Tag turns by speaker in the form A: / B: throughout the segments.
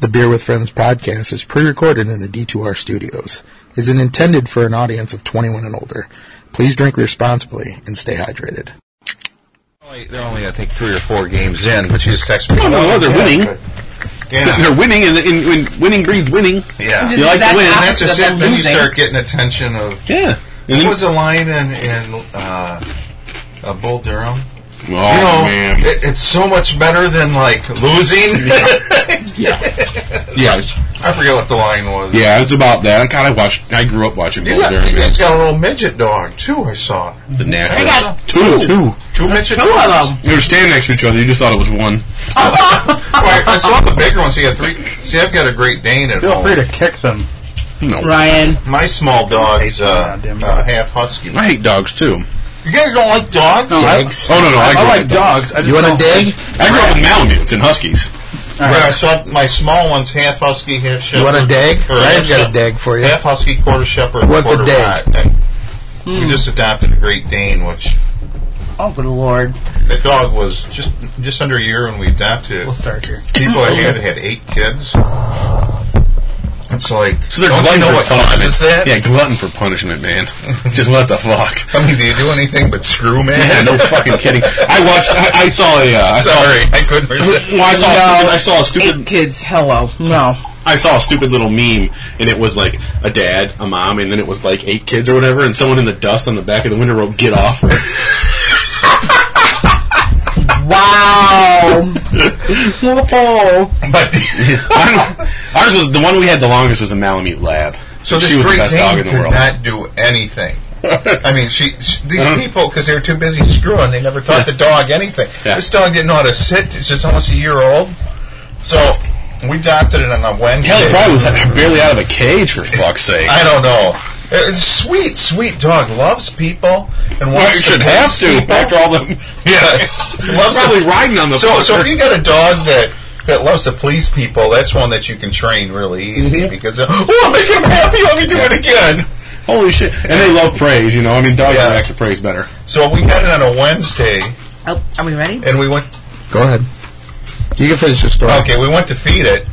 A: The Beer with Friends podcast is pre-recorded in the D2R studios. It Is intended for an audience of 21 and older. Please drink responsibly and stay hydrated.
B: They're only, I think, three or four games in, but you just texted me.
C: Oh, no, no, they're winning.
B: Yeah.
C: They're winning, and, and, and winning breeds winning.
B: Yeah.
C: You like to win.
B: And that's just it. Then you
D: losing.
B: start getting attention of.
C: Yeah. And
B: What
C: then-
B: was the line in, in uh, uh, Bull Durham?
C: oh,
B: you know,
C: man.
B: It, it's so much better than, like, losing.
C: yeah. Yeah. it's-
B: I forget what the line was.
C: Yeah, it's about that. God, I watched, I grew up watching
B: You,
C: Bull
B: got,
C: Durham.
B: you
C: man.
B: guys got a little midget dog, too, I saw.
C: The National.
D: I got
C: two.
A: Two.
B: Two midget
D: two
B: dogs?
D: of them.
C: They were standing next to each other. You just thought it was one.
B: Well, I I saw the bigger ones. He had three. See, I've got a Great Dane at
E: Feel
B: home.
E: free to kick them.
C: No.
D: Ryan,
B: My small dog's uh,
E: Goddamn
B: uh,
E: dog.
B: half husky.
C: I hate dogs, too.
B: You guys don't like dogs?
C: Oh, no, no. I, grew
E: I
C: up
E: like
C: with dogs.
E: dogs. I just
A: You want
E: don't-
A: to dig?
C: I grew up with Malamutes and Huskies.
B: Where I saw my small one's half husky, half shepherd.
A: You want to dig?
B: or half
A: Ryan's got a
B: shep-
A: dig for you.
B: Half husky, quarter shepherd,
A: What's a
B: quarter
A: dig?
B: rat. And We just adopted a Great Dane, which
D: oh good lord,
B: the dog was just just under a year when we adopted. it.
E: We'll start here.
B: People I had had eight kids. It's like
C: So they're
B: don't you
C: glutton
B: know
C: for
B: what
C: punishment.
B: causes that?
C: Yeah, glutton for punishment, man. Just what the fuck?
B: I mean, do you do anything but screw, man?
C: Yeah, no fucking kidding. I watched. I, I saw a. Uh, I saw
B: Sorry, I couldn't resist.
C: Well, I saw.
D: No.
C: I saw a
D: eight
C: stupid.
D: kids. Hello, no.
C: I saw a stupid little meme, and it was like a dad, a mom, and then it was like eight kids or whatever, and someone in the dust on the back of the window wrote "Get off her."
D: Wow. Whoa.
B: But
C: Mine- Ours was the one we had the longest was a Malamute Lab.
B: so this
C: she was the
B: Great
C: best
B: Dane
C: dog in the
B: could
C: world.
B: not do anything. I mean, she, she these people because they were too busy screwing, they never taught the dog anything.
C: Mm-hmm. Yeah.
B: This dog didn't know how to sit. It's just almost a year old. So we adopted it on a Wednesday.
C: Hell, it probably was barely out of a cage for fuck's sake.
B: I don't know. It- It's sweet, sweet dog. Loves people and
C: Well,
B: wants
C: you
B: to
C: should
B: please
C: have to
B: people.
C: after all them.
B: Yeah,
C: I'm
B: loves
C: probably
B: to-
C: riding on the
B: So, so
C: fucker.
B: if you got a dog that that loves to please people, that's one that you can train really easy
C: Mm-hmm.
B: because oh, I'll make him happy. Let me do it again.
C: Holy shit! And they love praise, you know. I mean, dogs
B: Yeah.
C: react to praise better.
B: So we got it on a Wednesday,
D: Oh, are we ready?
B: and we went.
A: Go ahead. You can finish your story.
B: Okay, we went to feed it,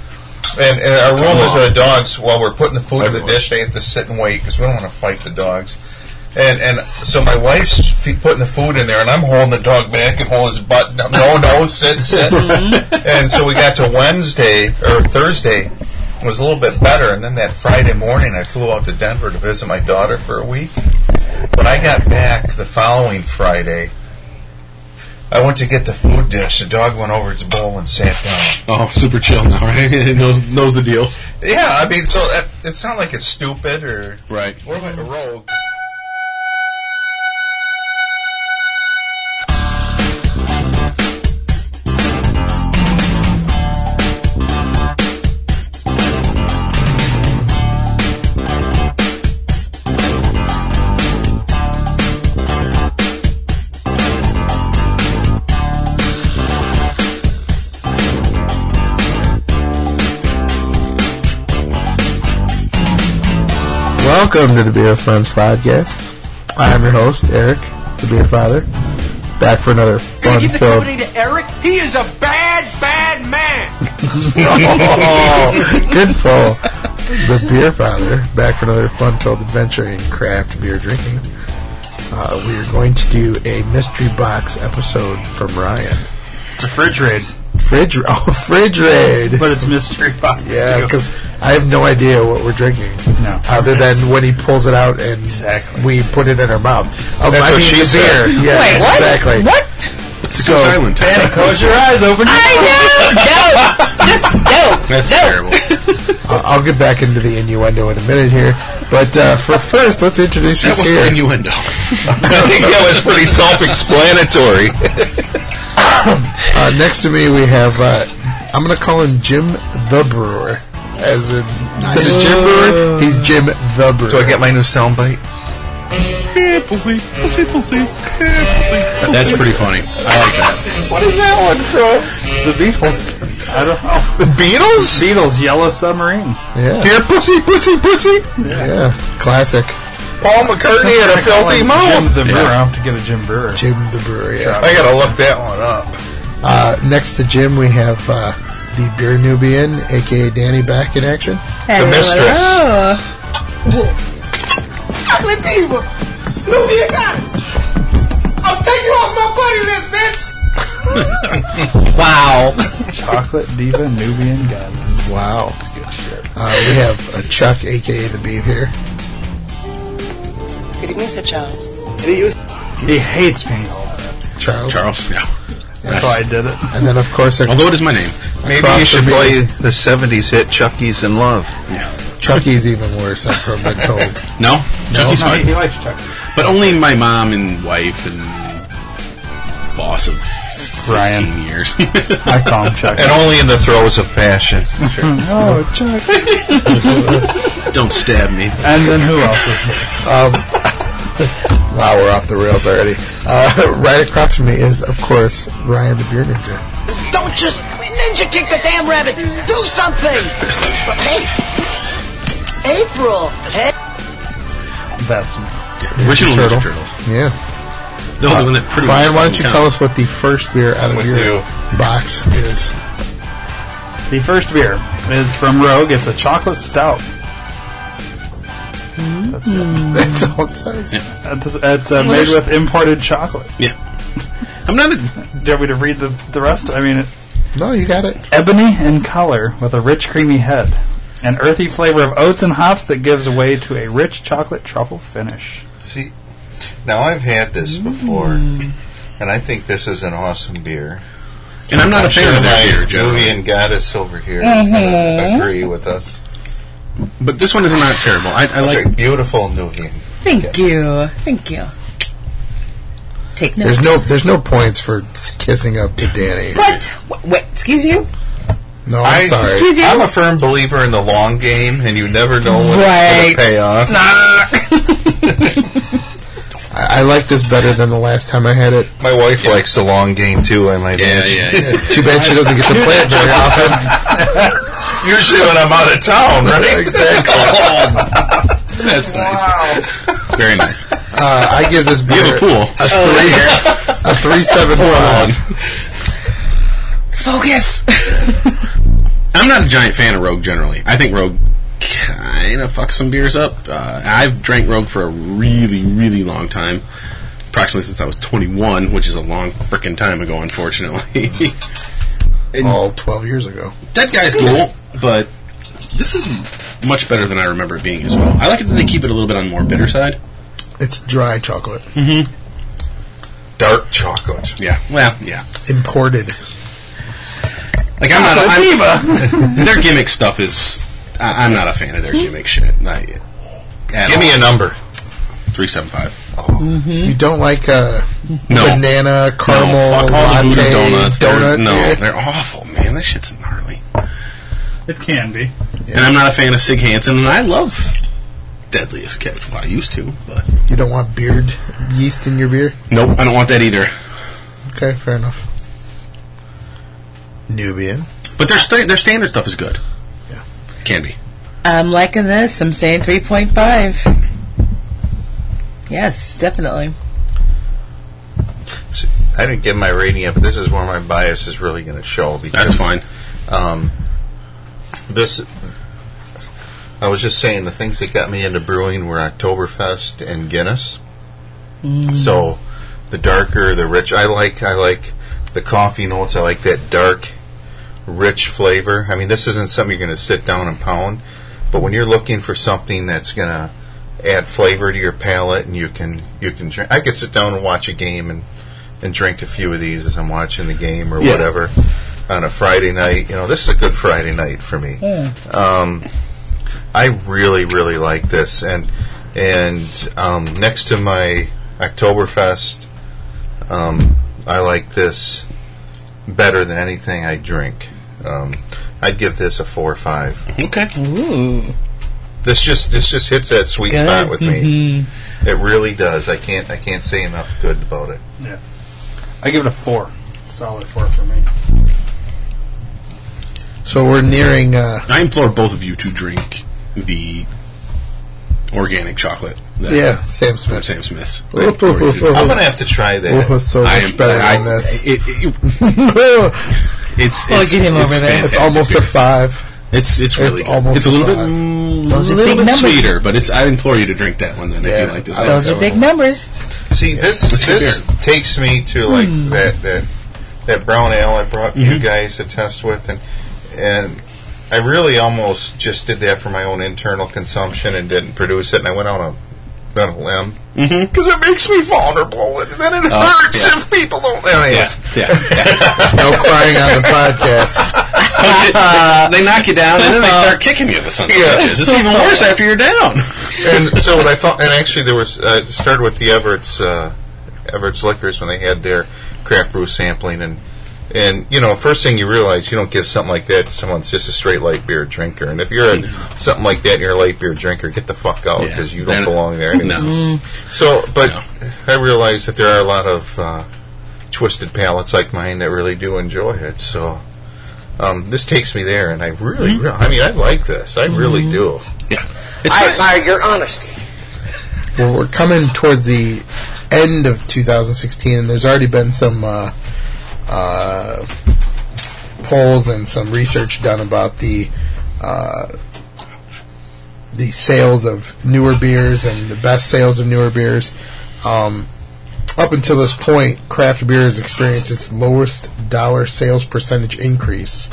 B: and, and our rule is that the dogs, while we're putting the food in the
C: Everyone.
B: dish, they have to sit and wait because we don't want to fight the dogs. And and so my wife's fe- putting the food in there, and I'm holding the dog back and hold his butt. No, no, no, sit, sit. and so we got to Wednesday or Thursday was a little bit better, and then that Friday morning I flew out to Denver to visit my daughter for a week. When I got back the following Friday, I went to get the food dish. The dog went over its bowl and sat down.
C: Oh, super chill now, right? knows knows the deal.
B: Yeah, I mean, so that, it's not like it's stupid or
C: Right.
B: we're like a rogue.
A: Welcome to the Beer with Friends podcast. I am your host, Eric, the beer father. Back for another fun filled
F: to Eric. He is a bad, bad man.
A: Oh, good pull. The Beer Father, back for another fun-filled adventure in craft beer drinking. Uh, we are going to do a mystery box episode from Ryan.
E: It's a fridge raid,
A: Fridge, oh, fridge raid.
E: but it's mystery box.
A: Yeah,
E: too.
A: because I have no idea what we're drinking.
E: No.
A: Other than when he pulls it out and
E: Exactly.
A: we put it in our mouth. Oh,
B: That's
A: I
B: what
A: mean,
B: she
A: the
B: said.
A: beer. Yes,
D: Wait, what?
A: exactly.
D: What?
C: It's
A: So-
C: silent.
E: Close your eyes, open your
D: I know. No. Just no.
C: That's
D: no.
C: terrible.
A: Uh, I'll get back into the innuendo in a minute here, but uh, for first, let's introduce
C: That
A: you
C: was
A: here.
C: the innuendo.
B: I think that was pretty self-explanatory.
A: Uh, next to me, we have, uh, I'm going to call him Jim the Brewer. As in, instead of Jim Brewer, he's Jim the Brewer.
B: Do I get my new soundbite?
C: That's pretty funny. I like that.
A: what is that one from?
E: The Beatles. I don't know.
A: The Beatles?
E: Beatles, Yellow Submarine.
A: Yeah,
B: Here, pussy, pussy, pussy.
A: yeah. Classic.
B: Paul McCartney had a filthy
E: Jim
B: mouth.
E: the Brewer. I'll have to get a Jim Brewer.
A: Jim the Brewer, yeah.
B: I gotta look that one up.
A: Uh, next to Jim, we have uh, the beer Nubian, aka Danny, back in action.
D: Hello.
B: mistress.
D: Oh.
F: Chocolate diva. Look here, guys. I'm taking off my buddy list, bitch.
D: Wow.
E: Chocolate diva Nubian goddess.
A: Wow, that's good shit. Uh, we have uh, Chuck, aka the Beef here.
G: Good evening, Sir Charles.
E: He hates me. all that.
A: Charles.
C: Charles. Yeah.
E: That's why I did it.
A: And then, of course, our
C: Although it is my name.
B: Maybe
A: Across
B: you should
A: the bay.
B: play the 70s hit Chucky's in Love.
A: Chucky's even worse. I've heard been told.
C: No, Chucky's
E: No, he,
C: fine.
E: he likes Chucky.
C: But only my mom and wife and boss of 15
E: Brian.
C: years.
E: I call him Chucky.
B: And only in the throes of passion.
E: oh, Chucky.
C: Don't stab me.
E: And then who else is here?
A: Wow, we're off the rails already. Uh, right across from me is, of course, Ryan the Beer Ninja.
D: Don't just ninja kick the damn rabbit. Do something. hey, April. Hey.
E: That's me.
C: Original Ninja
A: Turtle.
C: Turtles.
A: Yeah.
C: The only one that pretty much
A: Ryan, why don't
C: fucking
A: you tell
C: counts.
A: us what the first beer out of
B: With
A: your
B: you.
A: box is?
E: The first beer is from Rogue. It's a chocolate stout. That's it.
A: That's all it says.
E: It's, it's uh, made with imported chocolate.
C: Yeah. I'm not a.
E: Do you want me to read the, the rest? I mean,
A: No, you got it.
E: ebony in color with a rich, creamy head. An earthy flavor of oats and hops that gives way to a rich chocolate truffle finish.
B: See, now I've had this before, and I think this is an awesome beer.
C: And I'm not a fan
B: sure
C: of that
B: my
C: beer, Joe.
B: Nubian goddess over here is going
D: Mm-hmm.
B: to agree with us.
C: But this one is not terrible. I, I
B: It's
C: like.
B: a beautiful Nubian.
D: Thank you. Thank you. Take note.
A: There's no, there's no points for s- kissing up to Danny.
D: What? Wait, wait, excuse you?
A: No, I'm
B: I-
A: sorry.
D: Excuse you?
B: I'm a firm believer in the long game, and you never know when it's going
D: Right.
B: to pay off.
A: I, I like this better than the last time I had it.
B: My wife likes the long game too. I might
C: Yeah,
B: add.
C: yeah, yeah.
A: Too bad she doesn't get to play it very often.
B: Usually when I'm out of town, right?
C: That's nice. Very nice. You
A: Uh, I give this beer
C: have a pool.
B: Oh,
A: a three seven five.
D: Focus.
C: I'm not a giant fan of Rogue generally. I think Rogue kind of fucks some beers up. Uh, I've drank Rogue for a really, really long time. Approximately since I was 21, which is a long frickin' time ago, unfortunately.
A: All twelve years ago.
C: that guy's cool, but this is much better than I remember it being as well. I like it that they keep it a little bit on the more bitter side.
A: It's dry chocolate,
B: Hmm. Dark chocolate.
C: Yeah, well, yeah.
A: imported.
C: Like I'm not. I'm, their gimmick stuff is. I, I'm not a fan of their gimmick shit. Not yet.
B: Give me a number.
C: three seven five.
A: You don't like uh,
C: No.
A: banana caramel
C: no, Oh, fuck all
A: latte
C: the voodoo donuts. They're-
A: donut?
C: no,
A: Yeah.
C: they're awful, man. That shit's gnarly.
E: It can be.
C: And I'm not a fan of Sig Hansen, and I love Deadliest Catch. Well, I used to, but
A: You don't want beard yeast in your beer.
C: nope, I don't want that either.
A: Okay, fair enough. Nubian.
C: But their sta- their standard stuff is good.
A: Ah. Yeah.
C: Can be.
D: I'm liking this. I'm saying 3.5. Yes, definitely.
B: I didn't give my rating yet, but this is where my bias is really going to show.
C: That's
B: Because,
C: fine.
B: Um, this, I was just saying, the things that got me into brewing were Oktoberfest and Guinness. So, the darker, the rich. I like, I like the coffee notes. I like that dark, rich flavor. I mean, this isn't something you're going to sit down and pound, but when you're looking for something that's going to add flavor to your palate, and you can, you can drink. I could sit down and watch a game and and drink a few of these as I'm watching the game or
C: Yeah.
B: whatever on a Friday night. You know, this is a good Friday night for me. Um, I really, really like this, and and um, next to my Oktoberfest, um, I like this better than anything I drink. Um, I'd give this a four or five.
C: Okay.
D: Ooh.
B: This just this just hits that sweet
D: Good.
B: spot with me. It really does. I can't I can't say enough good about it.
E: Yeah. I give it a four. Solid four for me.
A: So we're nearing. Uh,
C: I implore both of you to drink the organic chocolate. that-
A: yeah, Sam
C: from
A: Smith.
C: Sam Smith's.
A: Ooh, ooh, ooh, ooh.
B: I'm gonna have to try that.
A: Oh, so
C: I
A: much
C: am
A: better
C: I,
A: than this.
C: It, it,
A: I
C: It's
D: Well,
C: it's,
D: get him
C: it's
D: over there.
A: It's
C: fantastic
A: almost a
C: beer.
A: five.
C: It's it's really good.
A: almost
C: it's a little
A: five.
C: bit mm,
D: Those are
C: little bit
D: big numbers.
C: sweeter, but it's I implore you to drink that one then
B: Yeah.
C: if you like this.
B: I
C: one.
D: Those are big numbers.
B: See, this
C: It's good
B: this takes me to like
C: Hmm.
B: that that that brown ale I brought you
C: Mm-hmm.
B: guys to test with, and and I really almost just did that for my own internal consumption and didn't produce it, and I went on a on a limb because it makes me vulnerable, and then it hurts
C: Mm-hmm. Oh, yeah.
B: if people don't. Anyways,
C: yeah.
A: No crying on the podcast.
C: they knock you down and then they start kicking you with something.
B: Yeah.
C: It's even worse after you're down.
B: and so what I thought, and actually there was uh, it started with the Everett's uh, Everett's Liquors when they had their craft brew sampling, and and you know first thing you realize you don't give something like that to someone that's just a straight light beer drinker, and if you're a, something like that, and you're a light beer drinker, get the fuck out
C: Yeah.
B: because Oh, you don't
C: They're-
B: belong there.
C: No.
B: So, but
C: No.
B: I realize that there are a lot of uh, twisted palates like mine that really do enjoy it. So. Um, this takes me there, and I really, re-
C: Mm-hmm.
B: I mean, I like this. I really do.
C: Yeah. It's
F: I admire your honesty.
A: Well, we're coming towards the end of 2016, and there's already been some uh, uh, polls and some research done about the uh, the sales of newer beers and the best sales of newer beers. Um, up until this point, craft beer has experienced its lowest dollar sales percentage increase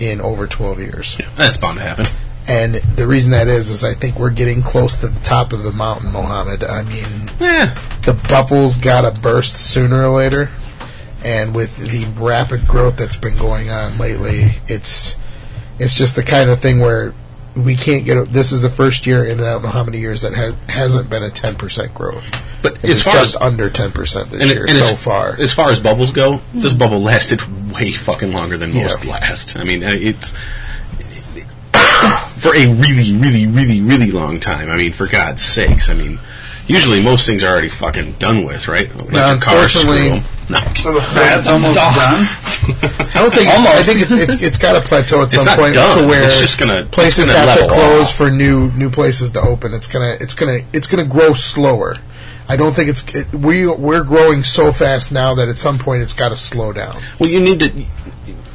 A: in over 12 years.
C: that's bound to happen.
A: And the reason that is, is I think we're getting close to the top of the mountain, Mohammed. I mean,
C: Yeah.
A: the bubble's got to burst sooner or later. And with the rapid growth that's been going on lately, it's it's just the kind of thing where we can't get. A, this is the first year in I don't know how many years that ha- hasn't been a ten percent growth.
C: But
A: And
C: as
A: it's
C: far
A: just
C: as-
A: under ten percent this
C: And,
A: year
C: and
A: so
C: as,
A: far.
C: as far as bubbles go, this bubble lasted way fucking longer than most
A: Yeah.
C: last. I mean, uh, it's for a really, really, really, really long time. I mean, for God's sakes. I mean, usually most things are already fucking done with, right? Electric cars, screw
A: unfortunately-
C: 'em. No,
E: So the fat's almost done.
A: I don't think. I think it's it's, it's got to plateau at
C: It's
A: some
C: not
A: point
C: done.
A: to where
C: It's just gonna- it's
A: places
C: gonna
A: have to
C: level
A: close
C: off.
A: for new new places to open. It's gonna it's gonna it's gonna grow slower. I don't think it's it, we we're growing so fast now that at some point it's got to slow down.
C: Well, you need to.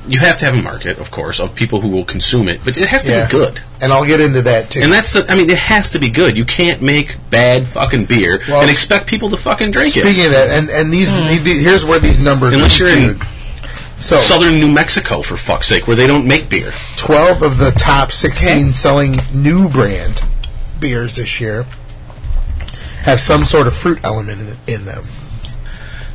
C: You have to have a market, of course, of people who will consume it, but it has to
A: Yeah.
C: be good.
A: And I'll get into that too.
C: And that's the. I mean, it has to be good. You can't make bad fucking beer
A: Well,
C: and
A: s-
C: expect people to fucking drink
A: Speaking
C: it.
A: of that, and and these the- here's where these numbers
C: Unless
A: are
C: you're in
A: skewed. so
C: Southern New Mexico, for fuck's sake, where they don't make beer.
A: 12 of the top 16 selling new brand beers this year have some sort of fruit element in, in them.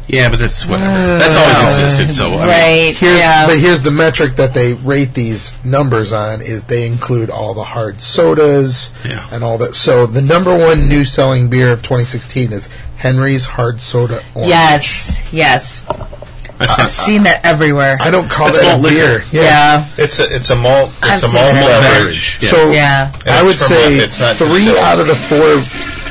C: Yeah, but that's whatever. that's always existed. So I mean,
D: right.
A: Here's,
D: yeah.
A: But here's the metric that they rate these numbers on is they include all the hard sodas
C: Yeah.
A: and all that. So the number one new selling beer of 2016 is Henry's Hard Soda Orange.
D: yes. Yes.
C: that's
D: I've
C: not
D: seen that everywhere.
A: I don't call
C: That's
A: that a
C: malt liquor.
A: beer. Yeah.
D: yeah.
B: It's a it's a malt it's
D: I've
B: a
D: seen
B: malt
D: it.
C: malt
B: beverage.
C: beverage. Yeah.
A: So
D: Yeah.
B: And
A: I
B: it's
A: would
B: from
A: say
B: a- it's not
A: three
B: distilled.
A: out of the four.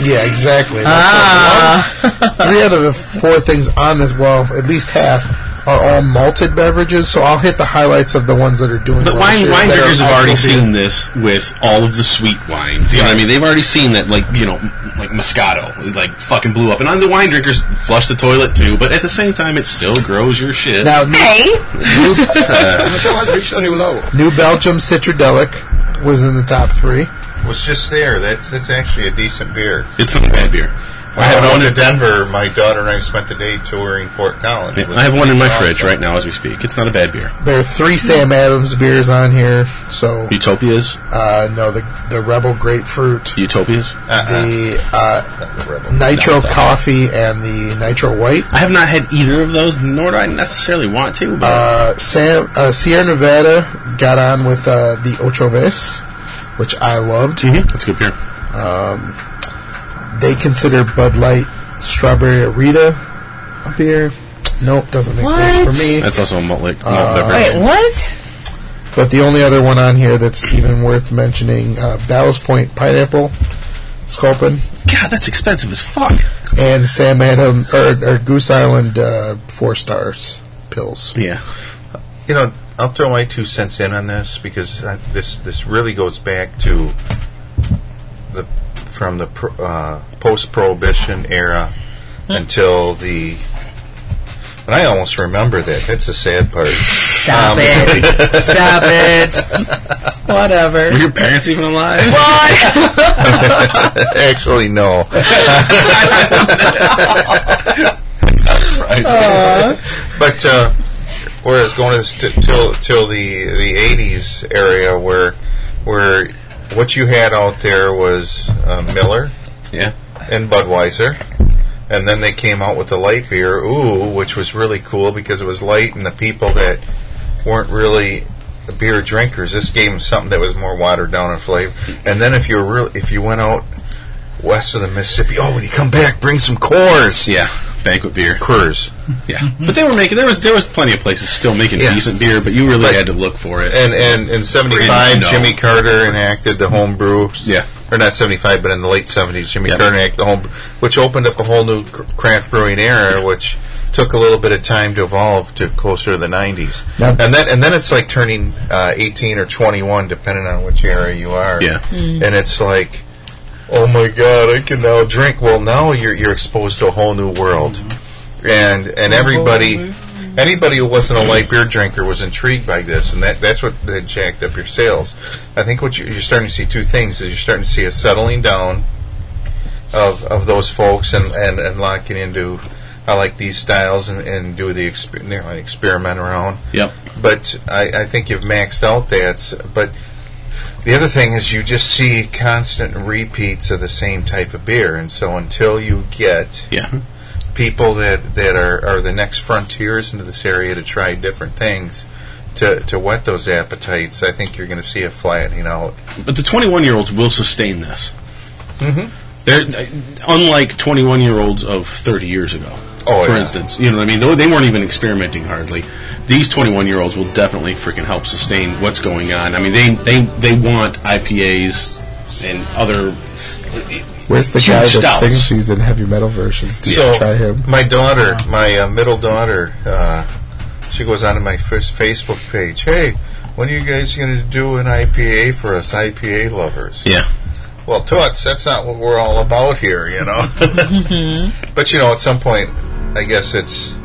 A: Yeah, exactly.
D: Ah.
A: That's what it was. three out of the four things on this, well, at least half are all malted beverages. So I'll hit the highlights of the ones that are doing.
C: But
A: well
C: wine,
A: this year.
C: wine
A: They're
C: drinkers have already
A: also being-
C: seen this with all of the sweet wines. You know what I mean? They've already seen that, like, you know, like Moscato, it, like, fucking blew up. And on the wine drinkers flush the toilet, too, but at the same time, it still grows your shit.
A: now New,
D: Hey.
F: Michelle has reached a new low.
A: New Belgium Citradelic was in the top three.
B: was just there. That's that's actually a decent beer.
C: it's not a bad beer.
B: I have one to Denver. My daughter and I spent the day touring Fort Collins. It was
C: I have one in my
B: awesome.
C: fridge right now as we speak. It's not a bad beer.
A: There are three Sam Adams beers on here. So
C: Utopias,
A: uh, no, the the Rebel Grapefruit,
C: Utopias.
A: the uh,
B: uh, Rebel.
A: Nitro
C: it's all right.
A: Coffee, and the Nitro White.
C: I have not had either of those, nor do I necessarily want to. But
A: Uh, Sam uh, Sierra Nevada got on with uh, the Ocho Ves, which I loved.
C: Mhm, that's a good beer.
A: They consider Bud Light Strawberry Arita a beer. Nope, doesn't make
D: What?
A: sense for me.
C: That's also a malt, like, malt beverage.
D: Wait, what?
A: But the only other one on here that's even worth mentioning, uh, Ballast Point Pineapple Sculpin
C: God, that's expensive as fuck.
A: and Sam Adam or, or Goose Island uh, Four Stars Pills.
C: Yeah.
B: You know, I'll throw my two cents in on this because I, this this really goes back to the from the pro, uh, post-prohibition era
D: Hmm.
B: until the. And I almost remember that. That's the sad part. Um,
D: Stop it. Stop it. Whatever.
C: Were your parents even alive?
D: What?
B: Actually, no. right. But uh, whereas going to this t- till till the the eighties area where where what you had out there was uh, Miller
C: yeah.
B: and Budweiser. And then they came out with the light beer, ooh, which was really cool because it was light, and the people that weren't really beer drinkers, this gave them something that was more watered down in flavor. And then if you were real, if you went out west of the Mississippi, oh, when you come back, bring some Coors.
C: Yeah. Banquet beer.
B: Coors.
C: Yeah. But they were making there was there was plenty of places still making
B: Yeah.
C: decent beer, but you really
B: But-
C: had to look for it.
B: And and in '75,
C: No.
B: Jimmy Carter enacted the homebrew.
C: Yeah.
B: or not '75, but in the late '70s, Jimmy
C: Yeah.
B: Carter enacted the homebrew, which opened up a whole new cr- craft brewing era, which took a little bit of time to evolve to closer to the '90s.
A: Yeah.
B: And then and then it's like turning uh, 18 or 21, depending on which era you are.
C: Yeah.
B: and it's like. Oh my God! I can now drink. Well, now you're you're exposed to a whole new world, and and everybody, anybody who wasn't a light beer drinker was intrigued by this, and that, that's what that jacked up your sales. I think what you, you're starting to see two things is you're starting to see a settling down of of those folks and and, and locking into I like these styles and, and do the exper- you know, experiment around.
C: Yep.
B: But I, I think you've maxed out that. s- But the other thing is you just see constant repeats of the same type of beer, and so until you get
C: Yeah.
B: people that, that are, are the next frontiers into this area to try different things to, to whet those appetites, I think you're going to see a flattening out.
C: But the 21 year olds will sustain this. Mm-hmm. They're unlike 21 year olds of 30 years ago.
B: Oh,
C: for
B: yeah.
C: instance, you know what I mean? They, they weren't even experimenting hardly. These 21 year olds will definitely freaking help sustain what's going on. I mean, they they they want IPAs and other.
A: Where's the
C: Huge
A: guy that
C: stouts.
A: sings these in heavy metal versions? Did
B: so
A: you try him?
B: my daughter, my uh, middle daughter, uh, she goes onto my first Facebook page. Hey, when are you guys going to do an IPA for us IPA lovers?
C: Yeah.
B: well, toots, that's not what we're all about here, you know.
A: Mm-hmm.
B: but you know, at some point, I guess it's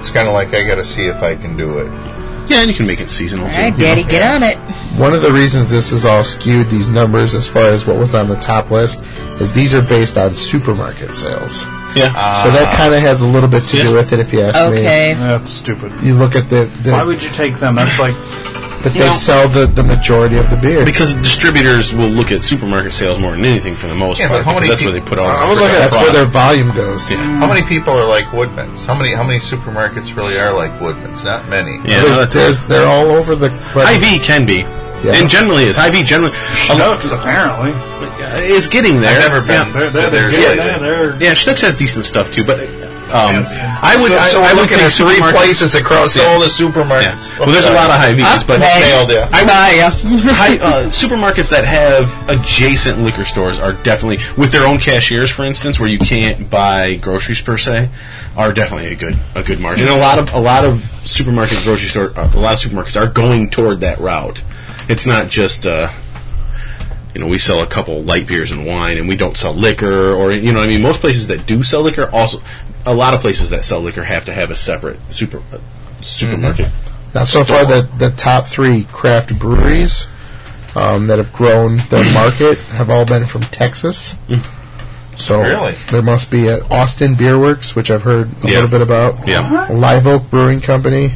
B: it's kind of like I got to see if I can do it.
C: Yeah, and you can make it seasonal
D: All
C: too.
D: right, Daddy, get on it.
A: One of the reasons this is all skewed, these numbers, as far as what was on the top list, is these are based on supermarket sales.
C: Yeah.
B: Uh,
A: so that kind of has a little bit to
C: Yeah.
A: do with it, if you ask
D: Okay.
E: That's stupid.
A: me. You look at the, the
E: Why would you take them? That's like
A: but they
E: know-
A: sell the, the majority of the beer.
C: because distributors will look at supermarket sales more than anything for the most
B: Yeah, but
C: part.
B: how many
C: because that's
B: peop-
C: where they put all.
B: I
C: their
B: was looking
A: That's
C: product.
A: where their volume goes.
C: Yeah.
B: How many people are like Woodmans? How many how many supermarkets really are like Woodmans? Not many.
C: Yeah, no,
A: There's,
C: that's-
A: there's, they're all over the.
C: IV can be.
A: Yeah.
C: And generally is. IV generally
E: Schnucks, apparently.
C: is getting there.
B: I've never been
C: Yeah.
E: They're, they're,
B: to
E: they're,
B: theirs
E: good.
B: lately.
E: they're, they're
C: Yeah, Schnucks has decent stuff too, but um,
E: Yes, yes.
C: I would.
B: So,
C: I,
B: so
C: I
B: we're
C: would
B: looking
C: take
B: at three
C: supermarkets-
B: places across
C: Yeah.
B: all the supermarkets.
C: Yeah. Well, there's a lot of Hy-Vees, but
B: nailed it.
C: I would,
D: Buy ya.
C: high, uh, supermarkets that have adjacent liquor stores are definitely with their own cashiers, for instance, where you can't buy groceries per se, are definitely a good a good margin. And a lot of a lot of supermarket grocery store uh, a lot of supermarkets are going toward that route. It's not just. Uh, you know, we sell a couple light beers and wine, and we don't sell liquor, or you know, what I mean, most places that do sell liquor also, a lot of places that sell liquor have to have a separate super uh, supermarket.
D: Mm-hmm.
A: Now, so far, the, the top three craft breweries um, that have grown their market have all been from Texas. So
B: Really?
A: there must be at Austin Beer Works, which I've heard a
C: Yeah.
A: little bit about.
C: Yeah.
A: Live Oak Brewing Company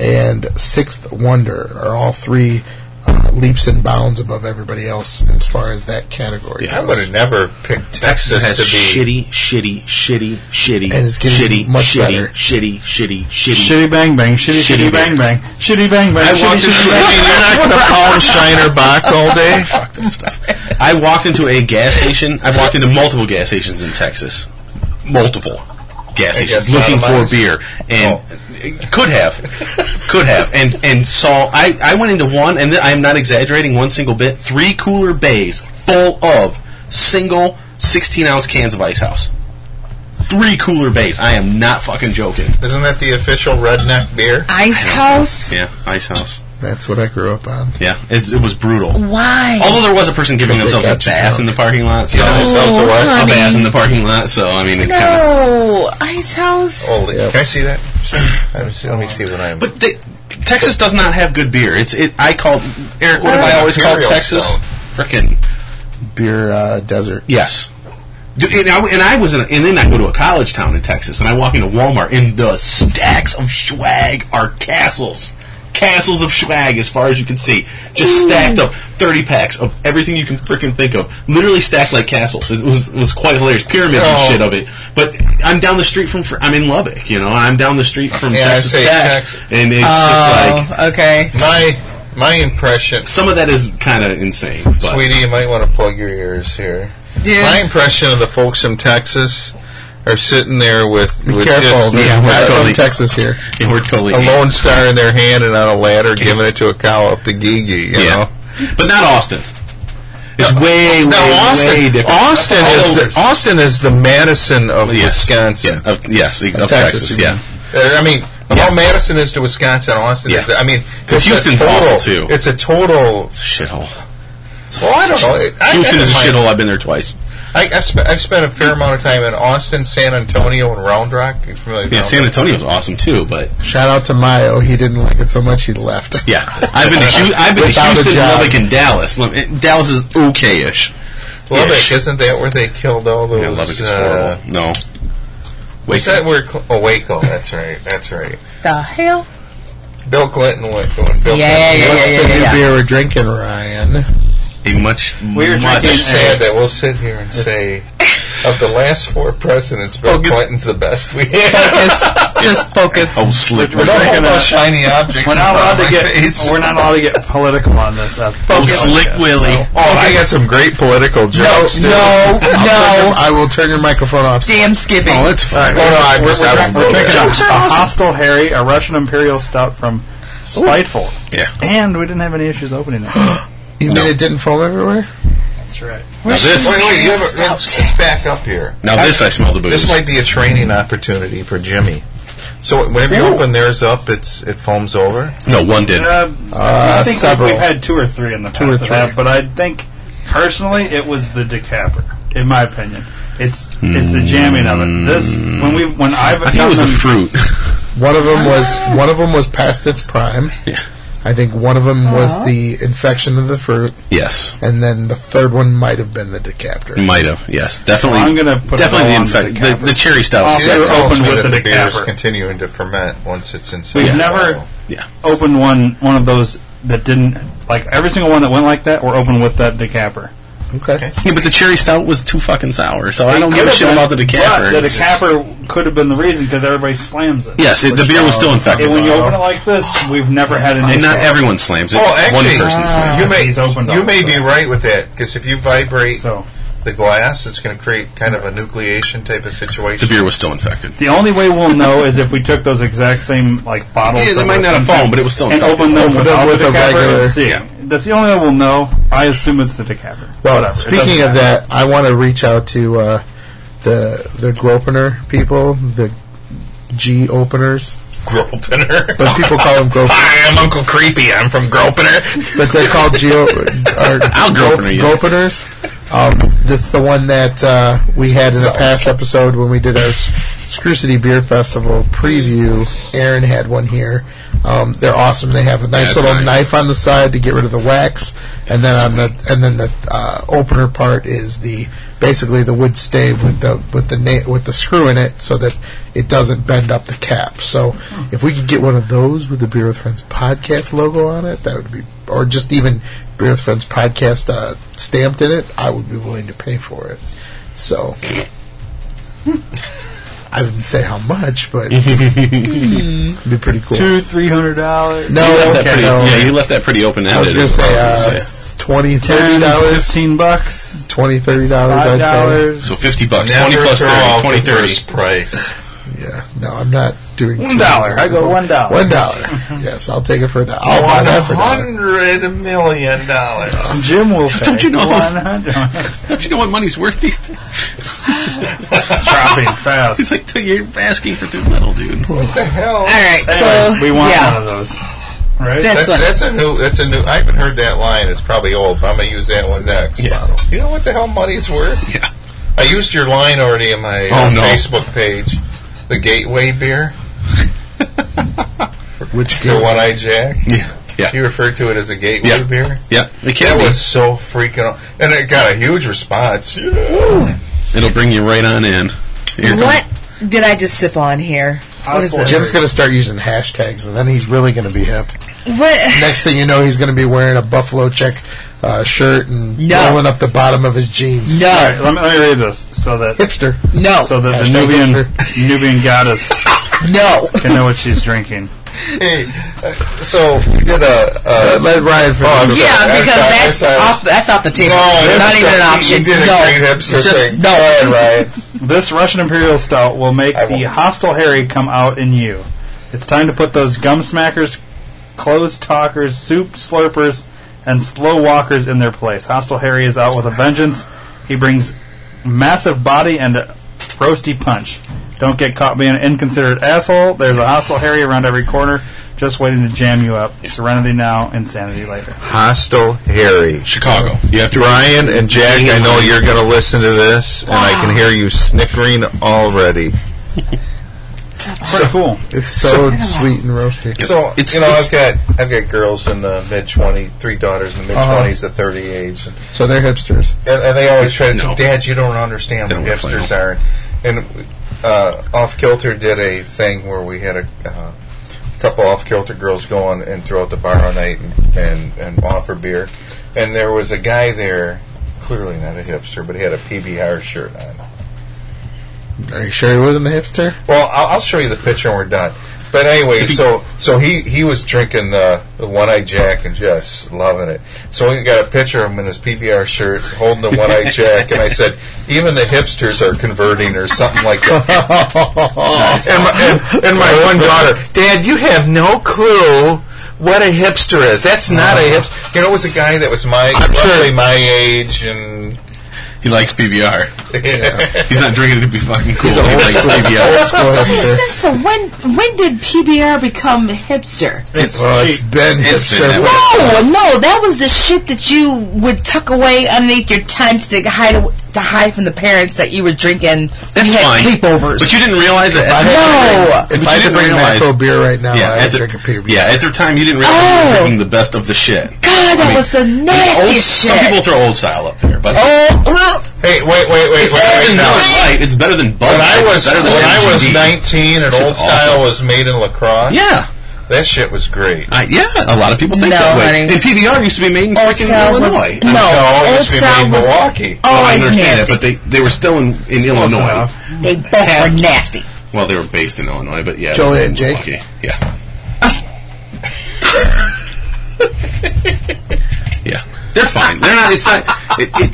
A: and Sixth Wonder are all three uh, leaps and bounds above everybody else as far as that category
C: Yeah,
B: I
A: goes.
B: would have never picked Texas,
C: Texas has
B: to be.
C: shitty, shitty, shitty, shitty,
A: And it's getting
C: shitty,
A: much
C: shitty,
A: better.
C: shitty, shitty, shitty.
E: shitty bang bang, shitty
C: Shitty
E: shitty bang bang, shitty bang bang, shitty shitty bang bang.
B: You're not going to call him Shiner Bach all day.
C: Fuck that stuff. I walked into a gas station. I've walked into multiple gas stations in Texas, multiple gas stations
B: guess Oh. not
C: looking
B: of
C: for
B: mine.
C: beer, and could have, could have, and and saw. I I went into one, and I'm not exaggerating one single bit. Three cooler bays full of single 16 ounce cans of Ice House. Three cooler bays. I am not fucking joking.
B: Isn't that the official redneck beer?
D: Ice House?
C: Yeah, Ice House.
A: That's what I grew up on.
C: Yeah, it, it was brutal.
D: Why?
C: Although there was a person giving
A: But they
C: themselves a
A: got you
C: bath
A: drunk.
C: in the parking lot, so
B: themselves a what?
D: Oh, honey.
C: a bath in the parking lot. So I mean, it kind of.
D: No. Ice House?
B: Holy,
A: Yeah.
B: can I see that? Let me see, let me see what I'm.
C: But they, Texas does not have good beer. It's it. I call Eric. What have I always called
B: Imperial
C: Texas?
B: Stout.
C: Frickin'
A: Beer uh, desert.
C: yes. Dude, and, I, and I was in, a, and then I go to a college town in Texas, and I walk into Walmart, and the stacks of swag are castles, castles of swag as far as you can see, just stacked up, thirty packs of everything you can frickin' think of, literally stacked like castles. It was it was quite hilarious, pyramids
B: Oh.
C: and shit of it. But I'm down the street from, Fr- I'm in Lubbock, you know, I'm down the street from
B: Yeah, I
C: Texas
B: say
C: Tech,
B: Texas.
C: and it's just like
D: Oh, okay.
B: My my impression,
C: some of that is kind of insane. But
B: sweetie, you might want to plug your ears here.
D: Dude.
B: My impression of the folks in Texas are sitting there with,
A: Be
B: with
A: careful.
B: just
A: There's
C: yeah,
A: a
C: we're
A: guy
C: totally-
A: from Texas here.
C: Yeah, we're totally.
B: a lone star in their hand and on a ladder giving it to a cow up the Gigi, you
C: yeah,
B: know?
C: but not Austin. It's way, way,
B: Now
C: way
B: Austin,
C: different.
B: Austin
C: All
B: is
C: over.
B: the, Austin is the Madison of
C: yes,
B: Wisconsin.
C: Yeah, of, yes, of Texas.
A: Texas, you
C: yeah,
B: Uh, I mean, how Madison is to Wisconsin, Austin is.
C: Yeah.
B: I mean, it's
C: 'Cause
B: a
C: Houston's
B: total,
C: awful, too.
B: It's a total.
C: it's a shithole.
B: Well, I don't know. It- I,
C: Houston
B: I,
C: is a
B: I-
C: shithole. I've been there twice.
B: I, I've, spent, I've spent a fair amount of time in Austin, San Antonio, and Round Rock. Are you familiar? with
C: Yeah,
B: Round
C: San
B: Rock?
C: Antonio's awesome too, but
A: Shout out to Mayo. He didn't like it so much he left.
C: yeah, I've been to Hu- I've been to
A: Without a
C: Houston,
A: job.
C: Lubbock, and Dallas. Lub- eh, Dallas is okay-ish.
B: Lubbock, isn't that where they killed all those?
C: Yeah, Lubbock is
B: uh,
C: horrible. No,
B: Is
C: wait,
B: that where? Cl- Oh, Waco. That's right. That's right.
D: The hell?
B: Bill Clinton went. When Bill Clinton.
D: Yeah, yeah, yeah,
A: What's
D: yeah,
A: the
D: yeah,
A: new
D: yeah.
A: beer we're drinking, Ryan?
C: a much
E: We're
C: much
E: drinking-
B: It's sad that we'll sit here and say, of the last four presidents, Bill
A: Focus.
B: Clinton's the best we had.
D: Focus. Just focus.
C: oh slip.
E: We're
B: Don't
E: drinking
B: hold those
E: a-
B: shiny objects.
E: We're not
B: in
E: allowed
B: front
E: to
B: of my face.
E: get. We're not allowed to get political on this. Uh,
C: Oh, slick Willie.
B: Oh, I got some great political jokes. too.
A: no, no. I will turn your microphone off.
D: Damn skipping.
C: Oh, that's fine.
B: Oh, no, I'm
E: We're,
B: just
E: we're,
B: having
E: we're
B: jokes.
E: drinking a, a hostile Harry, a Russian imperial stout from Spiteful,
C: Yeah.
E: and we didn't have any issues opening it.
A: You mean it didn't foam everywhere?
E: That's right.
C: Now this,
B: Wait, wait, you have a, let's, let's back up here.
C: now this, I smell the booze.
B: This might be a training opportunity for Jimmy. So whenever you open theirs up, it's it foams over.
C: no one did.
E: Uh, I think
A: several.
E: we've had two or three in the past,
A: or
E: that have, but I think personally it was the decapper, in my opinion. It's it's the jamming of it. This when we when I've
C: I think it was the
E: done them-
C: fruit.
A: One of them was one of them was past its prime.
C: Yeah.
A: I think one of them was the infection of the fruit,
C: yes,
A: and then the third one might have been the decanter.
E: Mm.
C: might have. Yes, definitely.
E: I'm gonna put
C: definitely
E: it
C: the
E: all on
C: infect
E: the
C: the,
E: decapper.
C: the cherry stout.
E: They were
B: That tells
E: opened
B: me
E: with
B: that
E: the
B: the beer is
E: decapher.
B: continuing to ferment once it's inside.
E: We've
B: the
E: never-
B: bottle.
C: Yeah,
E: opened one one of those that didn't like every single one that went like that were open with that decapper.
A: Okay.
C: yeah, but the cherry stout was too fucking sour, so I don't
E: Could
C: give a
E: have
C: shit
E: been,
C: about the
E: but
C: decapper.
E: The
C: It's-
E: decapper could have been the reason because everybody slams it.
C: Yes, it, the beer was still infected,
E: And when you open it like this, we've never had an
C: and
E: issue.
C: not everyone slams it.
B: Oh, actually,
C: one person slams.
B: you
E: it.
B: may
E: He's opened
B: you
E: up,
B: may
E: so
B: be
E: it's-
B: right with that because if you vibrate
E: So
B: the glass, it's going to create kind of a nucleation type of
C: it. The
B: situation.
C: beer was still infected.
E: the only way we'll know is if we took those exact same like bottles.
C: Yeah, they
E: that
C: might
E: were
C: not have
E: infected
C: foam, but it was still
E: and
C: infected.
E: open them with,
A: with
E: the
A: a
E: decapper
A: regular-
E: and see.
C: Yeah.
E: That's the only way we'll know. I assume it's the decapper.
A: Well,
E: Whatever. It
A: speaking
E: doesn't
A: of
E: matter.
A: that, I want to reach out to uh, the the Gropener people, the G openers,
B: Gropener.
A: but people call them Gropener.
B: Hi, I'm Uncle Creepy. I'm from Gropener.
A: but they're called geo or
C: I'll
A: gro-
C: gropener you.
A: gropeners. Um, that's the one that uh, we had in a past episode when we did our S- Screw City Beer Festival preview. Aaron had one here. Um, they're awesome. They have a nice
C: it's
A: little
C: nice.
A: knife on the side to get rid of the wax, and then on the and then the uh, opener part is the basically the wood stave with the with the na- with the screw in it so that it doesn't bend up the cap. So if we could get one of those with the Beer with Friends podcast logo on it, that would be or just even Beer with Friends podcast uh, stamped in it, I would be willing to pay for it. So I didn't say how much, but it'd be pretty cool.
E: two three hundred dollars.
A: no,
C: you left that
A: okay,
C: pretty,
A: no.
C: Yeah, you left that pretty open
A: I was
C: ended.
A: gonna say uh, twenty, thirty
E: Ten,
A: dollars,
E: fifteen bucks,
A: twenty, thirty dollars.
E: five
A: I'd
E: dollars,
C: so fifty bucks,
B: Never
C: twenty plus
B: throw out
C: 30, 20,
B: the
C: 30.
B: first price.
A: pay. Yeah, no, I'm not doing
E: one dollar. I go one dollar.
A: One dollar. yes, I'll take it for a dollar.
C: Oh,
A: I'll buy
B: One
A: that for a dollar.
B: hundred million dollars.
E: Jim will pay.
C: Don't you know?
E: One hundred.
C: Don't you know what money's worth these days?
E: Dropping fast.
C: It's like you're asking for too little, dude.
D: All right,
E: Anyways,
D: so
E: we want
D: yeah,
E: one of those, right?
D: This
B: That's,
D: one.
B: that's a new. That's a new. I haven't heard that line. It's probably old, but I'm gonna use that one next.
C: Yeah.
B: You know what the hell money's worth?
C: Yeah.
B: I used your line already on my
C: Oh,
B: uh,
C: no.
B: Facebook page. The gateway beer.
A: Which
B: The
A: game?
B: One Eye Jack.
C: Yeah. Yeah.
B: He referred to it as a gateway
C: Yeah.
B: beer.
C: Yep. It
B: That
C: can
B: was so freaking, aw- and it got a huge response.
C: be. It'll bring you right on in. Here it
D: What did I just sip on here? What is this?
A: Jim's gonna start using hashtags, and then he's really gonna be hip.
D: What?
A: Next thing you know, he's gonna be wearing a buffalo check uh, shirt and
D: No.
A: rolling up the bottom of his jeans.
E: All
D: No,
E: right, let me, let me read this so that
A: Hipster.
D: no,
E: so that the
A: Hashtag
E: Nubian
A: hipster.
E: Nubian goddess
D: no.
E: can know what she's drinking.
B: Hey, uh, so we did a.
A: Uh,
B: Uh,
A: let Ryan finish.
B: sorry.
D: Yeah,
B: I
D: because
B: thought- I
D: that's
B: thought-
D: off. That's off the table.
B: no,
D: not even an option.
B: You did a
D: no,
B: great hipster
D: just
B: thing.
D: no.
B: Go ahead, Ryan.
E: This Russian Imperial Stout will make
B: I
E: the
B: won't.
E: hostile Harry come out in you. It's time to put those gum smackers, closed talkers, soup slurpers, and slow walkers in their place. Hostile Harry is out with a vengeance. He brings massive body and a roasty punch. Don't get caught being an inconsiderate asshole. There's a hostile Harry around every corner, just waiting to jam you up. Serenity now, insanity later.
B: Hostile Harry.
C: Chicago. You have to
B: Ryan and Jack, I know you're going to listen to this, and I
D: Ah.
B: can hear you snickering already.
E: Pretty cool.
A: It's so sweet and roasty.
B: So
C: It's-
B: you know,
C: it's-
B: I've got I've got girls in the mid twenty, three daughters in the mid twenties, to thirty age, and,
A: So they're hipsters.
B: and, and they always try to,
C: No.
B: Dad, you don't understand
C: They
B: what
C: don't really
B: hipsters are. And uh, off kilter did a thing where we had a uh, couple off kilter girls going and throughout the bar all night and, and and offer beer, and there was a guy there, clearly not a hipster, but he had a PBR shirt on.
A: Are you sure he wasn't a hipster?
B: Well, I'll, I'll show you the picture when we're done. But anyway, so so he, he was drinking the, the one eyed Jack and just loving it. So we got a picture of him in his PBR shirt holding the one eyed Jack, and I said, even the hipsters are converting or something like that. and, my, and, and my one daughter, Dad, you have no clue what a hipster is. That's not a
A: Uh-huh.
B: hipster. You know, it was a guy that was my roughly my age and.
C: He likes BBR. He's not drinking it to be fucking cool.
A: He's an
C: he
A: old
C: likes
A: school,
C: BBR.
A: old school
D: See,
A: hipster.
D: since the when when did PBR become hipster?
E: It's
A: Well, it's
E: cheap.
A: been
C: It's been
A: hipster.
C: that way.
D: No, no, that was the shit that you would tuck away underneath your tent to hide to hide from the parents that you were drinking.
C: That's
D: you had
C: fine.
D: sleepovers.
C: But you didn't realize that. At
D: no,
A: If I
C: But you
A: could
C: didn't
A: bring
C: realize-
A: Macro beer right now,
C: yeah,
A: I
C: at
A: would
C: the,
A: drink a beer.
C: yeah, at the time you didn't realize you were
D: Oh.
C: drinking the best of the shit. God,
D: that was the nastiest shit.
C: Some people throw old style up there, but
D: oh well,
B: Hey, wait, wait, wait,
C: it's,
B: wait,
C: better
B: wait.
C: than
B: no.
C: Miller Lite. It's better than Bud
B: When
C: Light.
B: I
C: It's
B: was
C: better than
B: when I was
C: MGD.
B: 19 and
C: Shit's
B: old style
C: awful.
B: was made in lacrosse.
C: Yeah.
B: That shit was great.
C: I, yeah, a lot of people think
D: No,
C: that way.
D: honey.
C: And PBR used to be made in
D: Old
C: freaking
D: Style was-
C: Illinois. oh,
D: no,
B: it
D: Old
B: used to be
D: Style
B: made in
D: was
B: Milwaukee.
C: Well, I
D: always
C: understand
D: nasty.
C: that, but they, they were still in, in Illinois.
E: enough.
D: they both were nasty.
C: Well, they were based in Illinois, but yeah.
A: Joliet
C: it was
A: and Jake?
C: Milwaukee. Yeah. yeah. They're fine. They're not. It's not. It, it,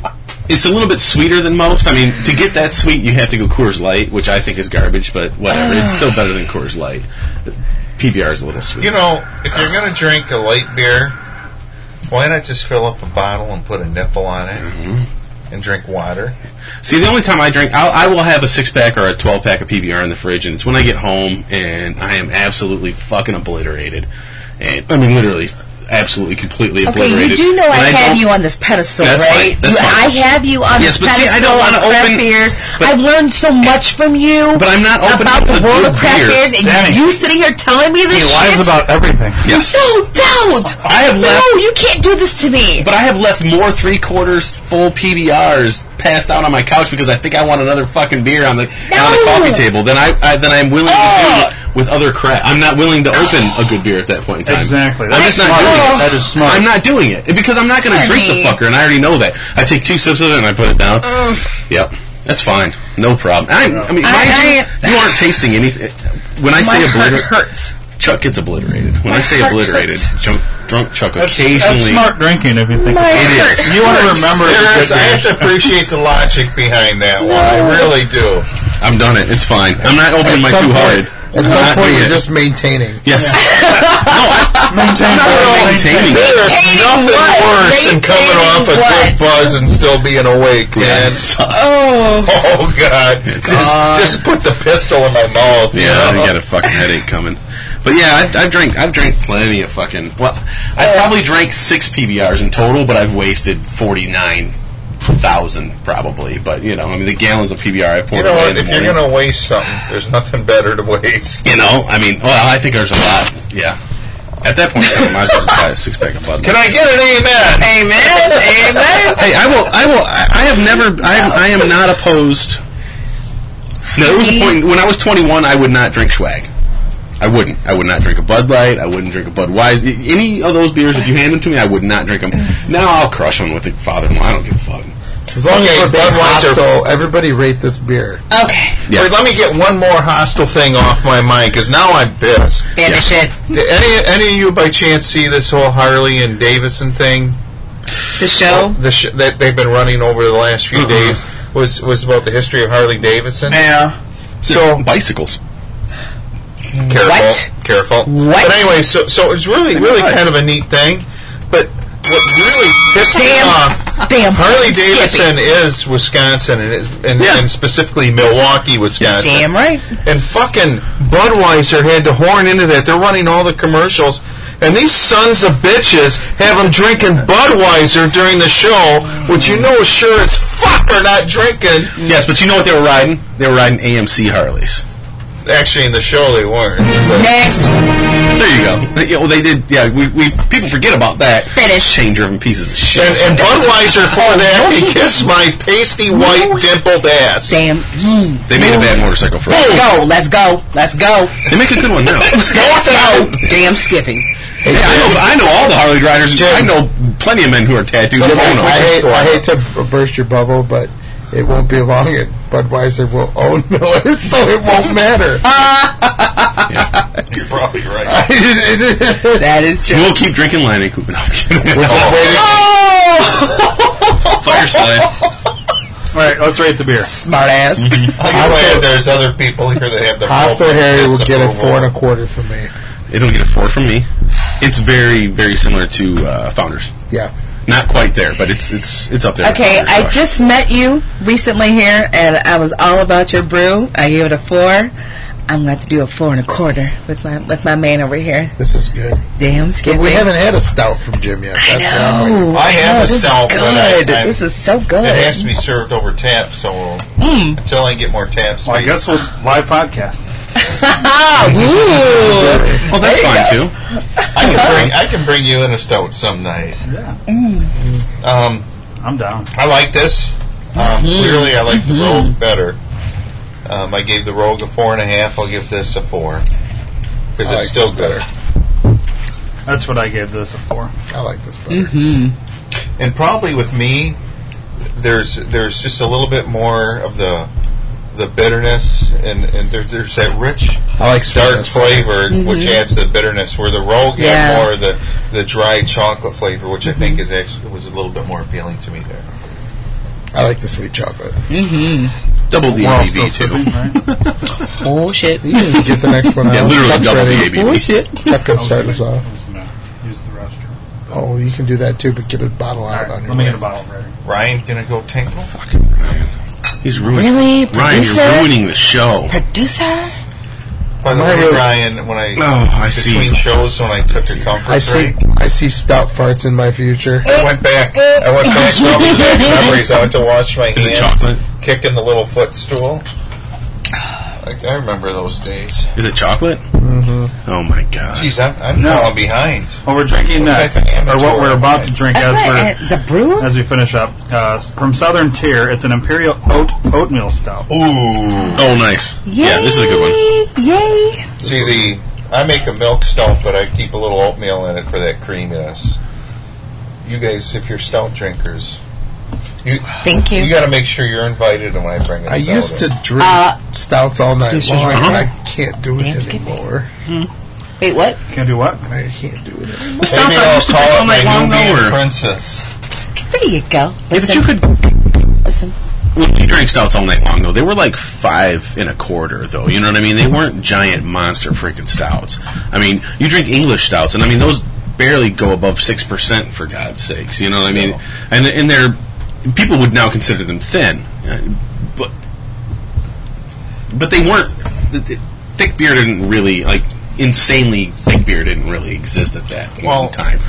C: it's a little bit sweeter than most. I mean, to get that sweet, you have to go Coors Light, which I think is garbage, but whatever. It's still better than Coors Light. PBR is a little sweet.
B: You know, if you're going to drink a light beer, why not just fill up a bottle and put a nipple on it
C: Mm-hmm.
B: and drink water?
C: See, the only time I drink, I'll, I will have a six pack or a twelve pack of PBR in the fridge, and it's when I get home and I am absolutely fucking obliterated, and I mean literally, absolutely, completely
D: Okay,
C: obliterated.
D: you do know
C: And
D: I have
C: don't-
D: you on this pedestal,
C: That's fine,
D: right?
C: that's
D: you,
C: fine.
D: I have you on
C: Yes,
D: this
C: but see, I
D: pedestal
C: don't
D: on
C: wanna
D: craft
C: open-
D: beers.
C: but-
D: I've learned so much from you.
C: But I'm not opening
D: about
C: up
D: the
C: a
D: world
C: good
D: of craft
C: beer.
D: beers, and
E: Danny.
D: you sitting here telling me this
E: He
D: shit.
E: lies about everything.
C: Yes.
D: no doubt.
C: I have
D: no.
C: left-
D: You can't do this to me.
C: But I have left more three quarters full PBRs passed out on my couch because I think I want another fucking beer on the on the
D: No.
C: coffee table than I, I than I'm willing
D: Oh.
C: to do with other crap. I'm not willing to open a good beer at that point in time.
E: Exactly.
C: I'm
E: That's
C: just not
E: smart.
C: doing it.
E: That is smart.
C: I'm not doing it because I'm not going to drink the
D: Honey.
C: fucker, and I already know that. I take two sips of it and I put it down. Yep, that's fine. No problem. I, I mean,
D: I-
C: mind
D: I-
C: you, you aren't tasting anything. When I
D: My
C: say
D: heart
C: obliterated,
D: hurts.
C: Chuck gets obliterated. When I say
D: heart
C: obliterated,
D: hurts.
C: junk, drunk Chuck
E: That's,
C: occasionally.
E: that's smart drinking if you think
D: My
E: about it.
D: heart
C: is.
E: You want to
D: hurts.
E: remember the
B: There
E: good
B: is, I
E: beers.
B: have to appreciate the logic behind that one. I really do.
C: I'm done it. It's fine. I'm not opening my
A: some
C: too hard.
A: point, At
C: I'm
A: some
C: not
A: point,
C: doing
A: you're
C: it.
A: just maintaining.
C: yes.
E: Maintain
C: I'm
E: quality.
C: maintaining it.
B: There's nothing
D: what?
B: worse than coming
D: Maintaining
B: off a good
D: what?
B: buzz and still being awake, man.
C: Yes.
D: Oh,
B: Oh, God. Just, just put the pistol in my mouth. you
C: Yeah, I
B: know?
C: got a fucking headache coming. But yeah, I, I've drank. I've drank plenty of fucking. Well, I probably drank six PBRs in total, but I've wasted forty nine thousand probably. But you know, I mean, the gallons of PBR I
B: You
C: poured
B: know
C: away
B: what?
C: in the
B: If you're
C: morning.
B: going to waste something, there's nothing better to waste.
C: oh, you know, I mean, well, I think there's a lot. Yeah, At that point, I might as well just buy a six pack of Bud Light.
B: Can I get an amen?
D: Amen. Amen.
C: Hey, I will. I will. I I have never. I, I am not opposed. No, there was a point when I was 21. I would not drink swag. I wouldn't. I would not drink a Bud Light. I wouldn't drink a Budweiser. I- Any of those beers, if you hand them to me, I would not drink them. Now I'll crush them with the father-in-law. I don't give a fuck.
A: As long
B: Okay,
A: as we're being
B: Budweiser.
A: hostile, everybody rate this beer.
D: Okay.
C: Yeah.
B: Wait, let me get one more hostile thing off my mind because now I'm pissed.
D: Finish it.
B: Did any any of you by chance see this whole Harley and Davison thing?
D: The show.
B: The sh- that they've been running over the last few days was was about the history of Harley Davidson.
D: Yeah.
B: So
C: bicycles.
B: careful,
D: What?
B: careful.
D: What?
B: But anyway, so so it's really really kind of a neat thing, but what really pissed me
D: Damn.
B: off
D: Damn.
B: Harley
D: Skippy.
B: Davidson is Wisconsin, and, is, and,
C: Yeah.
B: and specifically Milwaukee, Wisconsin.
D: Damn right.
B: And fucking Budweiser had to horn into that. They're running all the commercials. And these sons of bitches have them drinking Budweiser during the show, which you know sure as fuck are not drinking.
D: Mm.
C: Yes, but you know what they were riding? They were riding AMC Harleys.
B: Actually, in the show they weren't.
D: Next.
C: There you go. They- yeah, well, they did. Yeah, we, we people forget about that.
D: Finish.
C: Chain-driven pieces of shit.
B: And, and Budweiser for that can kiss my pasty white dimpled ass.
D: Damn. ye.
C: they made a bad motorcycle for us.
D: Let's go. Let's go. Let's go.
C: They make a good one now.
D: Let's go. Damn skipping.
C: Yeah, I know. I know all the Harley riders.
A: Jim.
C: I know plenty of men who are tattooed.
A: I,
C: Bono.
A: hate, I hate to burst your bubble, but it won't be long. And Budweiser will own Miller, so it won't matter.
B: You're probably right.
D: That is true.
C: We'll keep drinking line and Cooper. No, I'm kidding. Oh.
A: We're just waiting.
C: Fire slide.
E: All right, let's rate the beer.
D: Smart ass.
B: I'm glad there's other people here that have the
A: Hostile
B: appropriate
A: Harry will get a
B: disapproval.
A: four and a quarter from me.
C: It'll get a four from me. It's very, very similar to uh, Founders.
A: Yeah.
C: Not quite there, but it's it's it's up there. with
D: Okay,
C: Founders,
D: I
C: so.
D: just met you recently here, and I was all about your brew. I gave it a four. I'm going to do a four and a quarter with my with my man over here.
A: This is good.
D: Damn skipping.
A: We haven't had a stout from Jim yet. That's what I'm waiting
D: No,
B: I have
D: no,
B: a
D: this is
B: stout, but I-
D: good.
B: I-
D: this is so good.
B: It has to be served over tap, so we'll, until I get more taps.
E: Well, I guess we'll live podcast.
D: Ah,
C: Well, that's fine too.
B: I can bring I can bring you in a stout some night.
E: Yeah,
B: Um,
E: I'm down.
B: I like this.
A: Mm-hmm.
B: Um, Clearly, I like the Rogue better. Um, I gave the Rogue a four and a half. I'll give this a four because
A: I
B: it's
A: like
B: still
A: this
B: good.
A: better.
E: That's what I gave this a four.
A: for. I like this better.
B: And probably with me, there's there's just a little bit more of the the bitterness and and there, there's that rich
A: I like
B: dark
A: sweetness. Mm-hmm.
B: flavor, which adds to the bitterness. Where the Rogue
D: Yeah.
B: had more of the the dry chocolate flavor, which I think is
A: Mm-hmm.
B: actually was a little bit more appealing to me there.
A: I like the sweet chocolate.
C: Double the
A: Well,
C: ABV too.
D: woo. Oh, shit.
A: Get the next one out.
C: Yeah, literally
A: Chuck's
C: double
A: ready.
C: the ABV.
D: shit.
A: Chuck can start us off.
E: Use the restroom.
A: Oh, you can do that too, but get a bottle
E: All
A: out
E: right,
A: on
E: let me
A: your
E: get a
A: way.
E: bottle ready.
B: Ryan gonna go tinkle.
C: He's ruining.
D: Really?
C: Ryan,
D: Producer?
C: you're ruining the show.
D: Producer?
B: By the
A: Am I
B: way,
A: really-
B: Ryan, when I
C: Oh, I
B: between
C: see.
B: shows when I took a comfort
A: I see.
B: break,
A: I see stout farts in my future.
B: I went back. I went back to all the bad memories. I went to wash my
C: Is it
B: hands,
C: chocolate?
B: kicking the little footstool. I, I remember those days.
C: Is it chocolate? Mm-hmm. Oh my god.
B: Jeez, I'm, I'm
E: No.
B: falling behind.
E: What we're drinking
B: What
E: next,
B: type of
E: or what
B: amateur
E: we're
B: am
E: about
B: I?
E: to drink
D: That's not
E: as
D: uh, the brew?
E: we're as we finish up uh, from Southern Tier. It's an imperial oat oatmeal stout.
B: Ooh,
C: Oh, nice.
D: Yay.
C: Yeah, this is a good one.
D: Yay.
B: see the. I make a milk stout, but I keep a little oatmeal in it for that creaminess. You guys, if you're stout drinkers, you
D: Thank you.
B: you got to make sure you're invited when I bring a
A: I
B: stout
A: used
B: in.
A: to drink
D: Uh,
A: stouts all night
D: this is
A: long,
C: wrong.
A: but I can't do
D: Damn,
A: it
D: skip it.
A: anymore.
D: Wait, what?
E: Can't do what?
A: I can't do it. Anymore.
C: The
B: Maybe
C: stouts I
B: I'll
C: used to drink
B: call
C: all
B: it my
C: night long
B: Nubian
C: though.
B: princess.
D: There you go.
C: Yeah, but you
D: Listen,
C: could
D: listen.
C: Well, we drank stouts all night long, though. They were like five and a quarter, though. You know what I mean? They weren't giant monster freaking stouts. I mean, you drink English stouts, and I mean those barely go above six percent for God's sakes. You know what I mean? And and they're people would now consider them thin, uh, but but they weren't. th- th- Thick beer didn't really like insanely thick beer didn't really exist at that point
B: Well-
C: in time.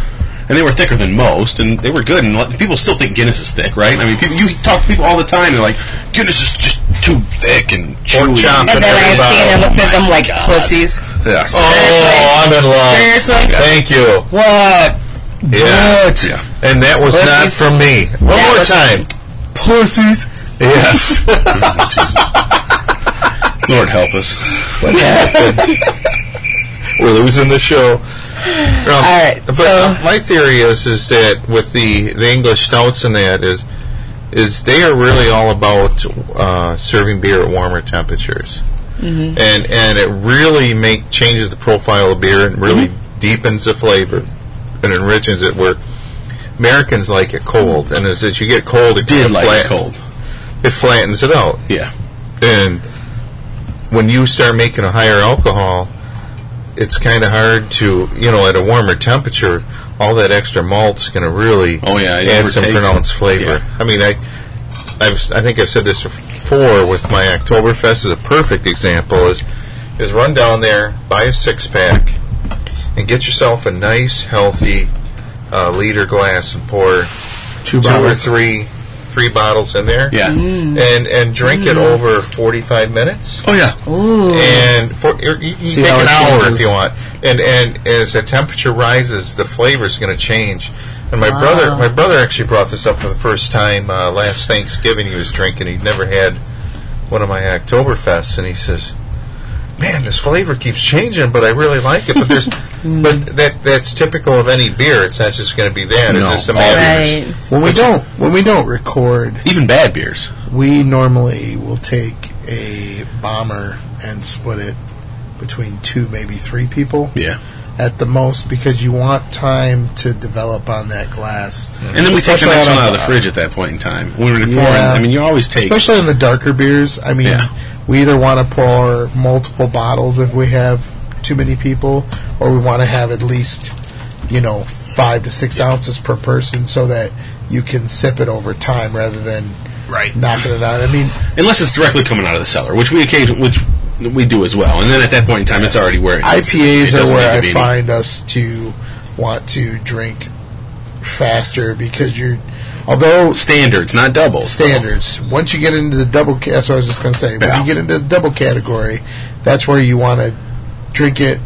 C: And they were thicker than most, and they were good. And like, people still think Guinness is thick, right? I mean, people, you talk to people all the time, and they're like, Guinness is just too thick and chewy.
B: chomp
D: And then I
B: Everybody.
D: stand and looked at them like
C: Oh God.
D: pussies.
C: Yes.
B: Oh, I'm in love.
D: Seriously?
B: Thank you.
D: What?
B: Yeah.
C: Yeah.
B: And that was
D: Pussies.
B: not from me. One
D: That
B: more
D: was-
B: time.
C: Pussies.
B: Yes.
C: Lord help us.
B: what happened? We're losing the show. Um,
D: All right,
B: But
D: so-
B: uh, my theory is is that with the, the English stouts and that is is they are really all about uh, serving beer at warmer temperatures,
D: Mm-hmm.
B: and and it really make changes the profile of beer and really
D: Mm-hmm.
B: deepens the flavor and enriches it. Where Americans like it cold, and as, as you get cold, it
C: Did
B: kinda
C: like
B: flat-
C: it cold.
B: It flattens it out.
C: Yeah.
B: And when you start making a higher alcohol, it's kind of hard to, you know, at a warmer temperature, all that extra malt's going to really
C: Oh, yeah, it
B: add some
C: overtakes
B: pronounced
C: it.
B: flavor. I mean, I, I've, I think I've said this before with my Oktoberfest is a perfect example is, is run down there, buy a six pack, and get yourself a nice, healthy uh, liter glass and pour
A: Two
B: two or
A: bottles.
B: three, three bottles in there
C: Yeah.
D: Mm.
B: and and drink it over 45 minutes
C: Oh yeah.
B: and for you, you can
A: See
B: take
A: how
B: an
A: it
B: hour if
A: changes.
B: you want and and as the temperature rises the flavor is going to change and my brother my brother actually brought this up for the first time uh, last Thanksgiving he was drinking he'd never had one of my Oktoberfests and he says man this flavor keeps changing but I really like it but there's but that that's typical of any beer it's not just going to be that
C: No.
B: it's just a matter of-
D: Right.
A: When we don't when we don't record,
C: Even bad beers.
A: we normally will take a bomber and split it between two, maybe three people
C: Yeah.
A: at the most, because you want time to develop on that glass.
C: And then we take the
A: Especially
C: next
A: on
C: one
A: a-
C: out of the fridge at that point in time. When we're pouring,
A: Yeah.
C: I mean, you always take.
A: Especially in the darker beers, I mean,
C: Yeah.
A: we either want to pour multiple bottles if we have too many people, or we want to have at least, you know, five to six ounces per person so that you can sip it over time rather than
C: Right.
A: knocking it out. I mean,
C: unless it's directly coming out of the cellar, which we occasion, which we do as well. And then at that point in time, it's already where it needs to- it
A: IPAs are
C: doesn't
A: where
C: need to
A: I
C: be.
A: find us to want to drink faster because you're, although
C: standards, not doubles.
A: standards. Once you get into the double, ca- that's what I was just going to say. When
C: Yeah.
A: you get into the double category, that's where you want to drink it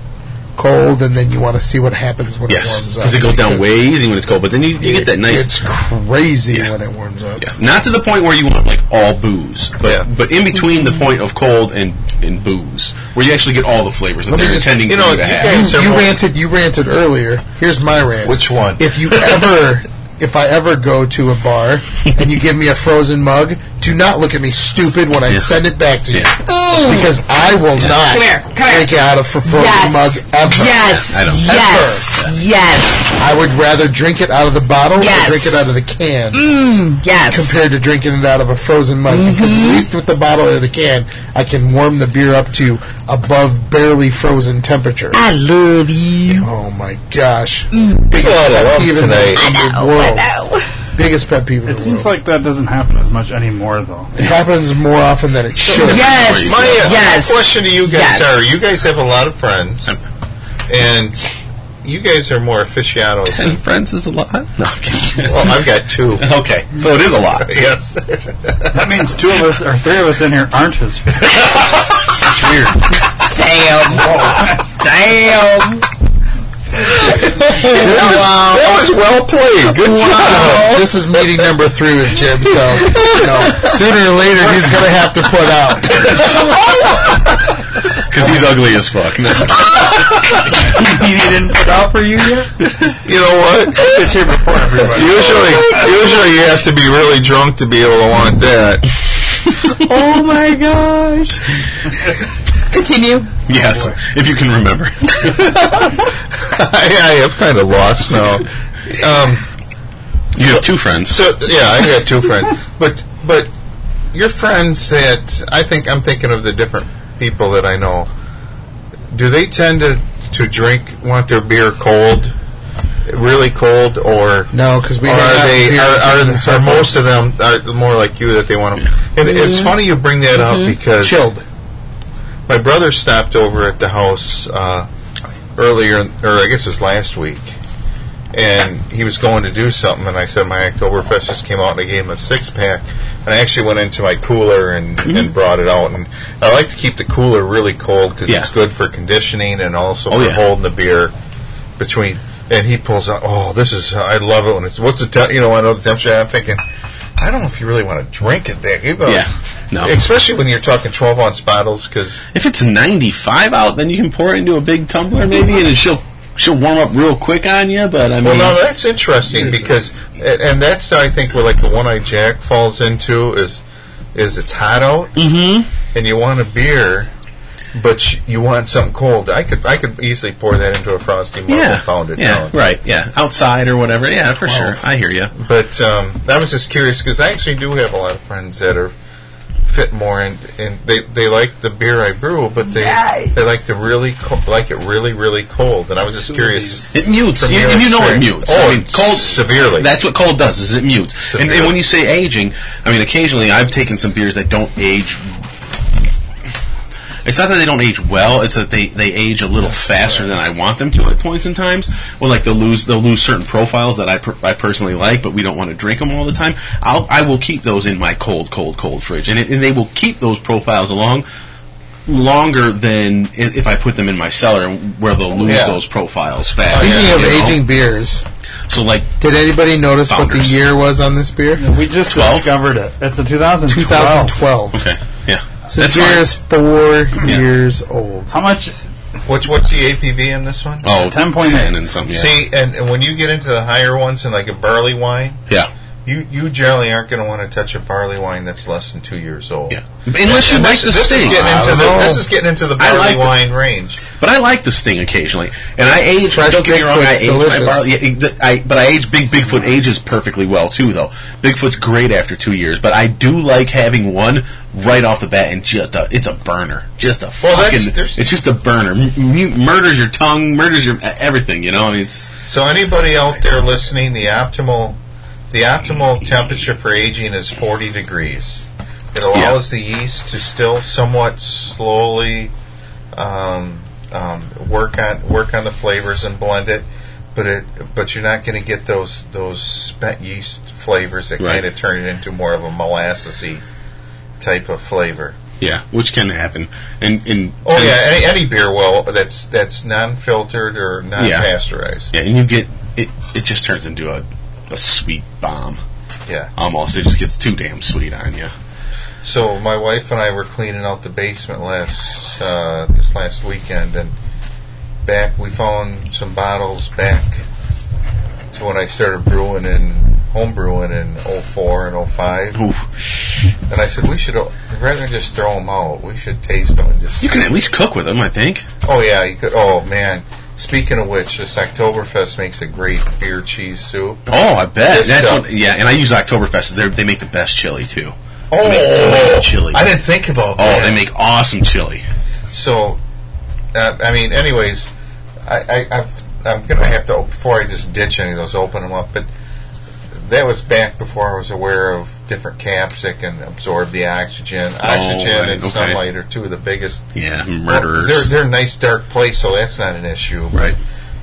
A: cold, and then you want to see what happens when it
C: Yes,
A: warms up.
C: because it goes down way
A: because
C: easy when it's cold. But then you, you get that nice.
A: uh, It's crazy
C: Yeah.
A: when it warms up.
C: Yeah. Not to the point where you want like all booze, but
B: Yeah.
C: but in between the point of cold and, and booze, where you actually get all the flavors that
A: Let me
C: they're
A: just-
C: intending
B: you
C: for
B: know,
C: you to
B: you
C: have.
B: guys-
A: You, you
B: Several-
A: ranted. You ranted earlier. Here's my rant.
B: Which one?
A: If you ever, if I ever go to a bar and you give me a frozen mug, do not look at me stupid when I
C: Yeah.
A: send it back to you,
C: Yeah.
A: because I will not
D: Mm. Come here, come here.
A: drink out of a frozen
D: Yes.
A: mug ever.
D: Yes.
C: I don't-
D: Yes. Yes.
A: I would rather drink it out of the bottle
D: Yes. Mm.
A: or drink it out of the can
D: Yes.
A: compared to drinking it out of a frozen mug. Because
D: Mm-hmm.
A: at least with the bottle or the can, I can warm the beer up to above barely frozen temperature.
D: I love you.
A: Oh my gosh!
B: There's a lot of love
A: Even
B: tonight.
A: in the
D: Mm. I
A: world.
D: know.
A: Biggest pet peeve in
E: It
A: the
E: seems
A: world.
E: like that doesn't happen as much anymore, though.
A: it happens more often than it should.
D: Yes.
B: My, uh,
D: yes.
B: my question to you guys
D: Yes.
B: are: You guys have a lot of friends,
C: Um,
B: and you guys are more aficionados.
C: and friends is a lot. No, I'm kidding.
B: well, I've got two.
C: okay, so it is a lot.
B: Yes,
E: That means two of us or three of us in here aren't his.
C: It's weird.
D: Damn. Damn.
B: that was well played. Good
A: Wow. This is meeting number three with Jim, so you know, sooner or later he's going to have to put out.
C: because he's ugly as fuck. No.
E: he didn't put out for you yet.
B: You know what?
E: It's here before everybody.
B: Usually, usually you have to be really drunk to be able to want that.
D: Oh my gosh. Continue.
C: Yes, if you can remember.
B: I, I have kind of lost now. Um,
C: You have two friends.
B: so yeah, I got two friends, but but your friends that I think I'm thinking of the different people that I know. Do they tend to to drink want their beer cold, really cold, or
A: No, because we
B: Or
A: don't
B: are
A: have
B: they
A: beer
B: are, are,
A: in the
B: are most of them are more like you that they want them? And it's funny you bring that up because
A: Mm-hmm. chilled.
B: my brother stopped over at the house uh, earlier, or I guess it was last week, and he was going to do something, and I said my Oktoberfest just came out, and I gave him a six pack, and I actually went into my cooler and,
A: Mm-hmm.
B: and brought it out, and I like to keep the cooler really cold because
C: Yeah.
B: it's good for conditioning and also
C: Oh,
B: for
C: yeah.
B: holding the beer between. And he pulls out, oh, this is I love it when it's what's the te- you know I know the temperature. I'm thinking, I don't know if you really want to drink it that. You know,
C: Yeah, no.
B: Especially when you're talking 12 ounce bottles because
C: If it's 95 out, then you can pour it into a big tumbler maybe, and it- she'll she'll warm up real quick on you. But I mean,
B: Well, now that's interesting because, and and that's I think where like the one eyed Jack falls into is, is it's hot out and you want a beer, but you- you want something cold. I could I could easily pour that into a frosty mug
C: yeah,
B: and pound it
C: yeah,
B: down.
C: right, yeah, outside or whatever. Yeah, for sure. I hear you.
B: But um, I was just curious because I actually do have a lot of friends that are fit more and and they, they like the beer I brew, but they they like the really co- like it really really cold. And I was just curious.
C: It mutes.
B: from
C: You,
B: your
C: and you know it
B: experience.
C: mutes.
B: Oh,
C: I mean, cold
B: severely.
C: That's what cold does. Is it mutes? And, and
B: Severely.
C: when you say aging, I mean, occasionally I've taken some beers that don't age. It's not that they don't age well; it's that they, they age a little faster than I want them to at points in times. Well, like they'll lose they'll lose certain profiles that I, per, I personally like, but we don't want to drink them all the time. I'll I will keep those in my cold, cold, cold fridge, and it, and they will keep those profiles along longer than i- if I put them in my cellar, where they'll lose
B: Yeah.
C: those profiles fast.
A: Speaking
C: you
A: of
C: know?
A: aging beers,
C: So like
A: did anybody notice what
C: Founders.
A: the year was on this beer?
E: We just discovered it. It's a 2012.
A: 2012.
C: okay, yeah,
A: So
C: that's
A: the beer
C: fine.
A: is four years old.
E: How much?
B: What's what's the APV in this one?
C: Oh,
E: 10.8.
C: 10 and something. Yeah,
B: See, and, and when you get into the higher ones and like a barley wine,
C: yeah,
B: you, you generally aren't going to want to touch a barley wine that's less than two years old.
C: yeah. Unless you
B: And this,
C: like the
B: this is
C: sting,
B: getting into the
A: don't
B: this
A: know.
B: is getting into the
C: I
B: barley
C: like the-
B: wine range.
C: but I like the sting occasionally, and I age.
A: Fresh
C: don't get me wrong, I
A: Bigfoot's
C: age
A: delicious.
C: my barley. yeah, it- I, but I age big. Bigfoot ages perfectly well too, though. Bigfoot's great after two years, but I do like having one right off the bat, and just a, it's a burner, just a
B: Well, that's-
C: fucking.
B: there's-
C: It's just a burner. M- m- murders your tongue, murders your e, everything. You know, I mean, it's
B: So anybody out there listening, the optimal the optimal temperature for aging is 40 degrees. It allows the yeast to still somewhat slowly um, um, work on work on the flavors and blend it, but it but you're not going to get those those spent yeast flavors that
C: Right.
B: kind of turn it into more of a molassesy type of flavor.
C: yeah, which can happen, and and
B: Oh
C: and-
B: yeah, any, any beer will that's that's non-filtered or non-pasteurized.
C: yeah, and you get it. It just turns into a a sweet bomb.
B: yeah.
C: almost. It just gets too damn sweet on you.
B: So my wife and I were cleaning out the basement last uh, this last weekend, and back we found some bottles back to when I started brewing and home brewing in 04 and 05. And I said we should uh, rather than just throw them out. We should taste them and just.
C: You can at least cook with them, I think.
B: oh yeah, you could. Oh man. Speaking of which, this Oktoberfest makes a great beer cheese soup.
C: Oh, I bet.
B: Good
C: That's
B: stuff.
C: what, yeah, and I use Oktoberfest. They're, they make the best chili too.
B: Oh,
C: make chili.
B: I didn't think about
C: Oh,
B: that.
C: they make awesome chili.
B: So, uh, I mean, anyways, I, I, I've, I'm going to have to, before I just ditch any of those, open them up. But that was back before I was aware of different caps that can absorb the oxygen. Oxygen
C: Oh, right,
B: and
C: okay.
B: sunlight are two of the biggest.
C: Yeah,
B: Well,
C: murderers.
B: they're, they're a nice dark place, so that's not an issue. but
C: Right.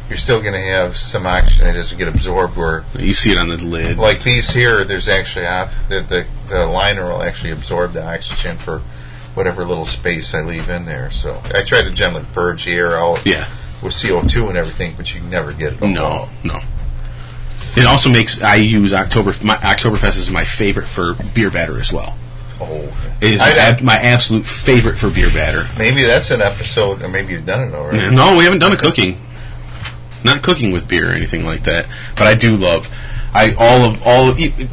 B: You're still going to have some oxygen that doesn't get absorbed where
C: you see it on the lid.
B: like these here, there's actually op- the, the the liner will actually absorb the oxygen for whatever little space I leave in there. So I try to generally purge the air out
C: Yeah.
B: with CO2 and everything, but you can never get it. all
C: No,
B: out.
C: no. It also makes I use October. My Oktoberfest is my favorite for beer batter as well.
B: Oh,
C: It is my,
B: I-
C: ab- my absolute favorite for beer batter.
B: maybe that's an episode, or maybe you've done it already.
C: No, we haven't done a cooking. Not cooking with beer or anything like that. But I do love. I all of all e-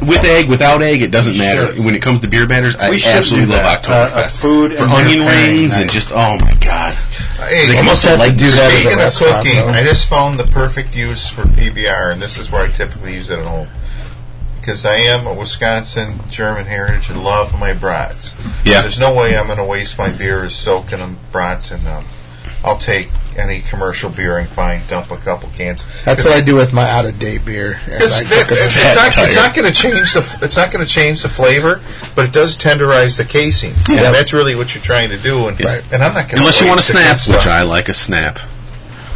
C: with egg without egg it doesn't matter
E: should.
C: when it comes to beer batters. I
E: We should
C: absolutely
E: do
C: love
E: that. Uh, a
C: Oktoberfest
E: food
C: for
E: and
C: onion
E: beer pairing
C: rings
E: night.
C: and just oh my god.
B: Hey,
C: They must have like
A: do that at a
B: Speaking of
A: restaurant,
B: cooking,
A: though.
B: I just found the perfect use for PBR, and this is where I typically use it at home. Because I am a Wisconsin German heritage and love my brats.
C: Yeah.
B: There's no way I'm going to waste my beers soaking them brats in them. I'll take any commercial beer and find, dump a couple cans.
A: That's what I do with my out of date beer. And
B: Because
A: I cook it.
B: it's not, it's not going to change the f- it's not going to change the flavor, but it does tenderize the casing. And that's really what you're trying to do. And,
C: Yeah.
B: and I'm not going
C: Unless you want a snap, which I like a snap.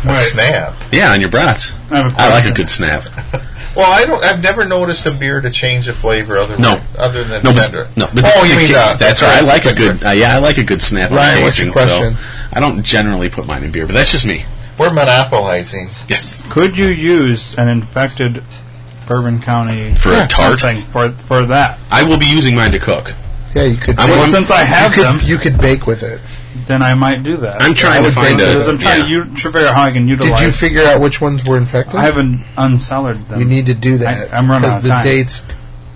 B: A snap.
C: Yeah, on your brats.
E: I have a
C: I like a
E: question.
C: good snap.
B: Well, I don't. I've never noticed a beer to change the flavor other
C: No.
B: other than
C: No, but,
B: tender.
C: no, but
B: oh,
C: the-
B: you mean
C: the-
B: uh,
C: that's right. I like a good. Uh, yeah, I like a good snap. on
A: Ryan, what's your
C: occasion, so
A: question?
C: I don't generally put mine in beer, but that's just me.
B: We're monopolizing.
C: Yes,
E: Could you use an infected Bourbon County
C: for a tart,
E: thing for for that?
C: I will be using mine to cook.
A: Yeah, you could.
C: I
A: bake-
E: Well,
C: I'm-
E: since I have
A: you could,
E: them,
A: you could bake with it.
E: then I might do that.
C: I'm trying to find
E: Because
C: a.
E: I'm trying to
C: yeah.
E: u- to figure out how I can
A: Did
E: utilize.
A: you figure out which ones were infected?
E: I haven't uncellared them.
A: you need to do that.
E: I- I'm running out of
A: the
E: time.
A: date's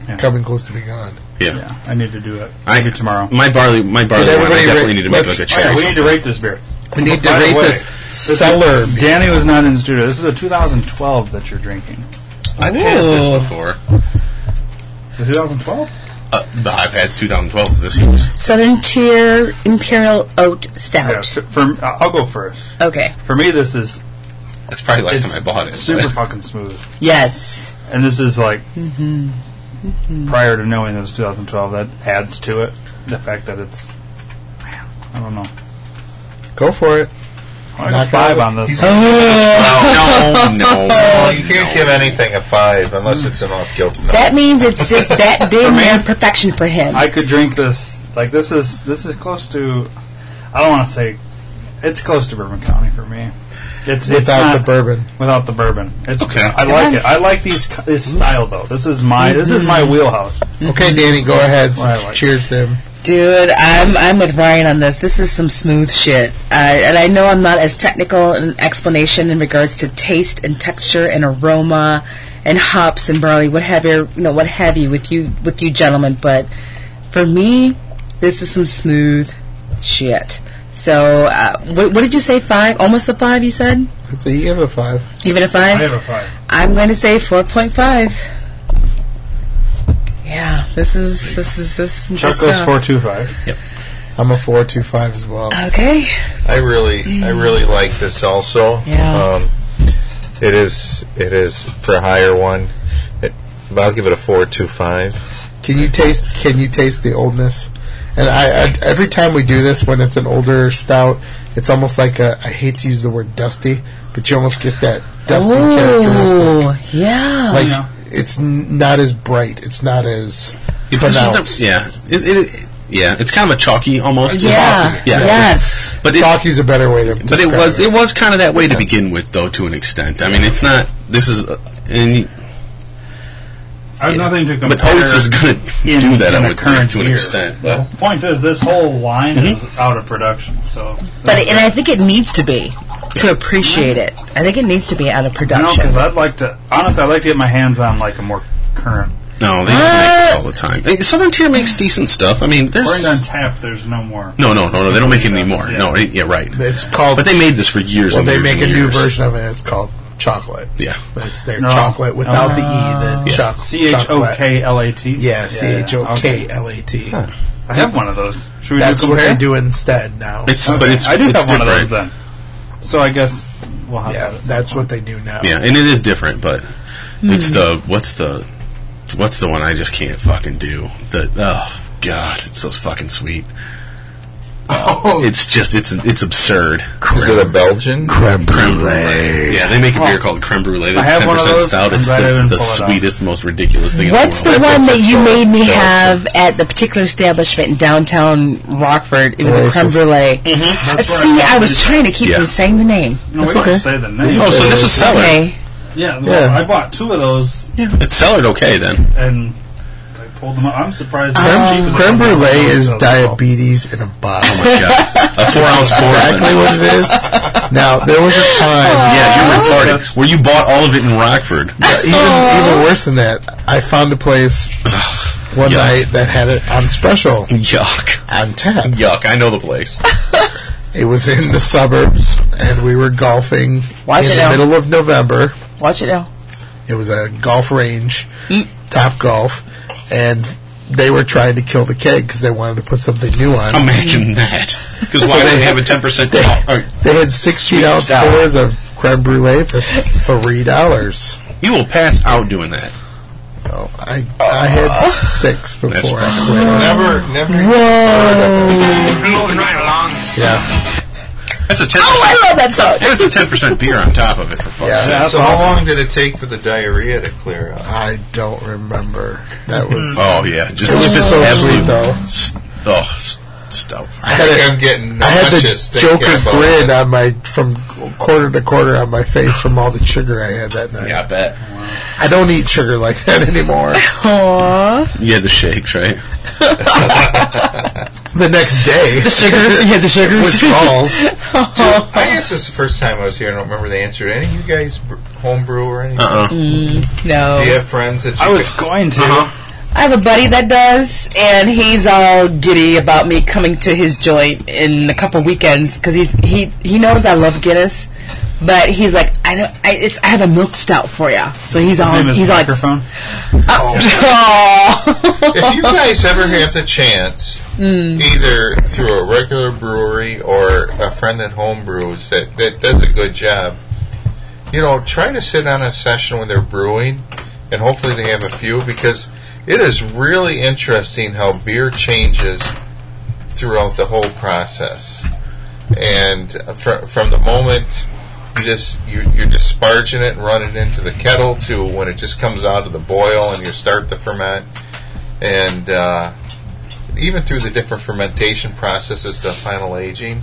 E: Yeah.
A: coming close to be gone.
C: yeah.
E: Yeah, I need to do it.
C: I- Mm,
E: Maybe tomorrow.
C: My barley, my barley
A: Did
C: wine. I
A: everybody
C: definitely
A: rate-
C: need to make
A: let's-
C: like a
E: Oh,
C: cherry.
E: yeah, we need
C: something.
E: to rate this beer.
A: We need to
E: By the
A: rate
E: way,
A: this
E: this is-
A: cellar.
E: Danny was not in studio. This is a 2012 that you're drinking.
C: I've had
D: Ooh.
C: this before.
E: The 2012?
C: Uh, but I've had 2012. This is
D: Southern Tier Imperial Oat
E: Yeah.
D: Stout.
E: t- From uh, I'll go first.
D: Okay.
E: For me, this is
C: that's probably the last
E: It's
C: time I bought it.
E: super
C: but-
E: fucking smooth.
D: Yes.
E: And this is like
A: Mm-hmm.
E: prior to knowing it was 2012. That adds to it the fact that it's. I don't know.
A: Go for it.
E: I
A: Knock
E: got
A: it
E: five
A: out.
E: on this.
C: no, Oh, no, no.
B: Well, you can't give anything a five unless it's an off guilt. No.
D: That means it's just that damn near perfection for him.
E: I could drink this. Like this is this is close to. I don't want to say it's close to Bourbon County for me. It's Oh, it's
A: Without
E: not,
A: the
E: Mm-hmm.
A: bourbon.
E: Without the bourbon, it's
C: Okay.
E: I like it. I like these co- this style though. This is my this is
A: Mm-hmm.
E: my wheelhouse.
A: Okay, Danny, go ahead.
E: Well, I like-
A: Cheers to him.
D: Dude, I'm I'm with Ryan on this. This is some smooth shit, uh, and I know I'm not as technical in explanation in regards to taste and texture and aroma and hops and barley, what have you, you know, what have you with you with you gentlemen. But for me, this is some smooth shit. So, uh, what, what did you say? Five, almost a five. You said
A: It's a, you give it a five.
D: even a
E: I
D: five.
E: have a five.
D: I'm going to say 4.5. Yeah, this is this is this. is
E: Chuck
D: good
E: goes
A: uh,
D: stuff.
E: four two five.
A: I'm a four two five as well.
D: Okay.
B: I really, I really like this also.
D: Yeah.
B: Um, it is, it is for a higher one. It, but I'll give it a four two five.
A: Can you taste? Can you taste the oldness? And I, I every time we do this, when it's an older stout, it's almost like a. I hate to use the word dusty, but you almost get that dusty characteristic.
D: Ooh, yeah.
A: Like
E: Yeah.
A: it's n- not as bright. It's not as
C: It- this is
A: pronounced.
C: the- yeah, it, it, yeah. It's kind of a chalky almost.
D: yeah.
C: yeah.
D: Yes.
C: But it,
A: Chalky's a better way to.
C: but it was it was kind of that way to begin with, though, to an extent. I mean, it's not. This is uh, and
E: I have nothing to compare.
C: but Oates is going to
E: in-
C: do that.
E: in
C: I
E: the
C: would
E: current
C: think, to an
E: year.
C: extent. But Mm-hmm.
E: Point is, this whole line is out of production. So
D: But and I think it needs to be to appreciate it. I think it needs to be out of
E: you know,
D: production.
E: because I'd like to honestly, I'd like to get my hands on like a more current.
C: no, they used to make this all the time. Hey, Southern Tier makes decent stuff. I mean, there's
E: Bring on tap. There's no more.
C: no, no, no, no. They don't make it anymore. No, it- yeah, right.
A: It's called.
C: Oh, But they made this for years.
A: well,
C: and
A: they
C: years
A: make a
C: and
A: new
C: years.
A: version of it. It's called chocolate.
C: Yeah. Ah.
A: But it's their
E: No.
A: chocolate without the e. The
C: Yeah.
A: choc-
E: C H O
A: chocolate.
E: K L A T.
A: Yeah, C H O K L A T.
E: I have one of those. Should we
A: That's
E: do
A: what
E: compare?
A: they do instead now.
C: It's
E: Okay,
C: but it's
E: I do
C: it's
E: have one
C: different.
E: of those then. So I guess we'll have
A: Yeah,
E: that. at some
A: that's
E: point.
A: what they do now.
C: Yeah, and it is different, but
A: Hmm.
C: it's the what's the what's the one I just can't fucking do. The oh god, it's so fucking sweet.
A: Oh,
C: It's just it's it's absurd.
B: Is it a Belgian?
A: creme
C: Yeah, they make a beer called creme brulee. That's
E: I have
C: ten
E: one of
C: percent
E: those.
C: stout.
E: I'm
C: It's
E: glad I
C: the,
E: didn't
C: the
E: pull it out.
C: sweetest, most ridiculous thing.
D: What's the
C: in the, world.
D: one that you made me
C: No.
D: have at the particular establishment in downtown Rockford? It was a
A: Oasis.
D: creme brulee.
E: Mm-hmm. That's what
D: See, I was trying to keep
C: Yeah.
D: from saying the name.
E: No, we
A: That's
E: don't
A: okay.
E: say the name.
C: Oh, so this was Cellar.
D: Okay.
E: yeah, well,
A: Yeah.
E: I bought two of those
C: Yeah, it's cellared okay then.
E: and I pulled them up. I'm surprised. how cheap
A: Creme,
E: is
A: Um, creme
E: it.
A: brulee is
E: Oh,
A: diabetes in a bottle.
C: Oh my god, a four ounce pour. is
A: exactly
C: in-
A: what it is. Now there was a time,
C: Yeah, you're retarded. Where you bought all of it in Rockford?
A: even even worse than that. I found a place one
C: Yeah.
A: night that had it on special
C: Yuck,
A: on tap.
C: yuck. I know the place.
A: It was in the suburbs, and we were golfing
D: Watch
A: in
D: it
A: the
D: now.
A: middle of November.
D: Watch it now.
A: It was a golf range, Top Golf, and they were trying to kill the keg because they wanted to put something new on.
C: Imagine that. Because why did they have a ten percent?
A: They had 16 ounce
C: stout.
A: pours of creme brulee for three dollars.
C: You will pass out doing that.
A: Oh, I oh. I had six before I
C: fine.
A: quit.
B: Never, never.
A: Yeah,
C: That's a ten.
D: Oh, I love that song.
C: It's a ten percent beer on top of it for fuck's
A: Yeah.
C: sake.
E: that's
B: so how
E: awesome.
B: long did it take for the diarrhea to clear up?
A: I don't remember. That was.
C: Oh yeah, just
A: It was
C: just
A: so sweet,
C: absolute-
A: though.
C: St- oh, st- stout.
A: I
B: I
A: had
B: think
A: a-
B: I'm getting
A: I had the
B: nauseous thinking
A: Joker
B: about
A: grin
B: it.
A: on my from quarter to quarter on my face from all the sugar I had that night.
C: Yeah, I bet.
A: I don't eat sugar like that anymore.
D: Aww.
C: You had the shakes, right?
A: the next day, the
D: sugars? You had the sugars?
A: which falls.
B: I asked this the first time I was here. I don't remember the answer. Any of you guys br- homebrew or anything?
C: Uh-uh.
D: No.
B: Do you have friends that you
E: I was going to.
D: I have a buddy that does, and he's all giddy about me coming to his joint in a couple weekends because he's he he knows I love Guinness, but he's like I know I it's I have a milk stout for you, so he's
E: His
D: on
E: name is
D: he's "Uh, on
E: microphone.
D: Oh."
B: if you guys ever have the chance, either through a regular brewery or a friend at home brews that, that does a good job, you know, try to sit on a session when they're brewing, and hopefully they have a few because it is really interesting how beer changes throughout the whole process. And fr- from the moment you just you, you're disparging it and running into the kettle to when it just comes out of the boil and you start the ferment, and uh, even through the different fermentation processes, the final aging.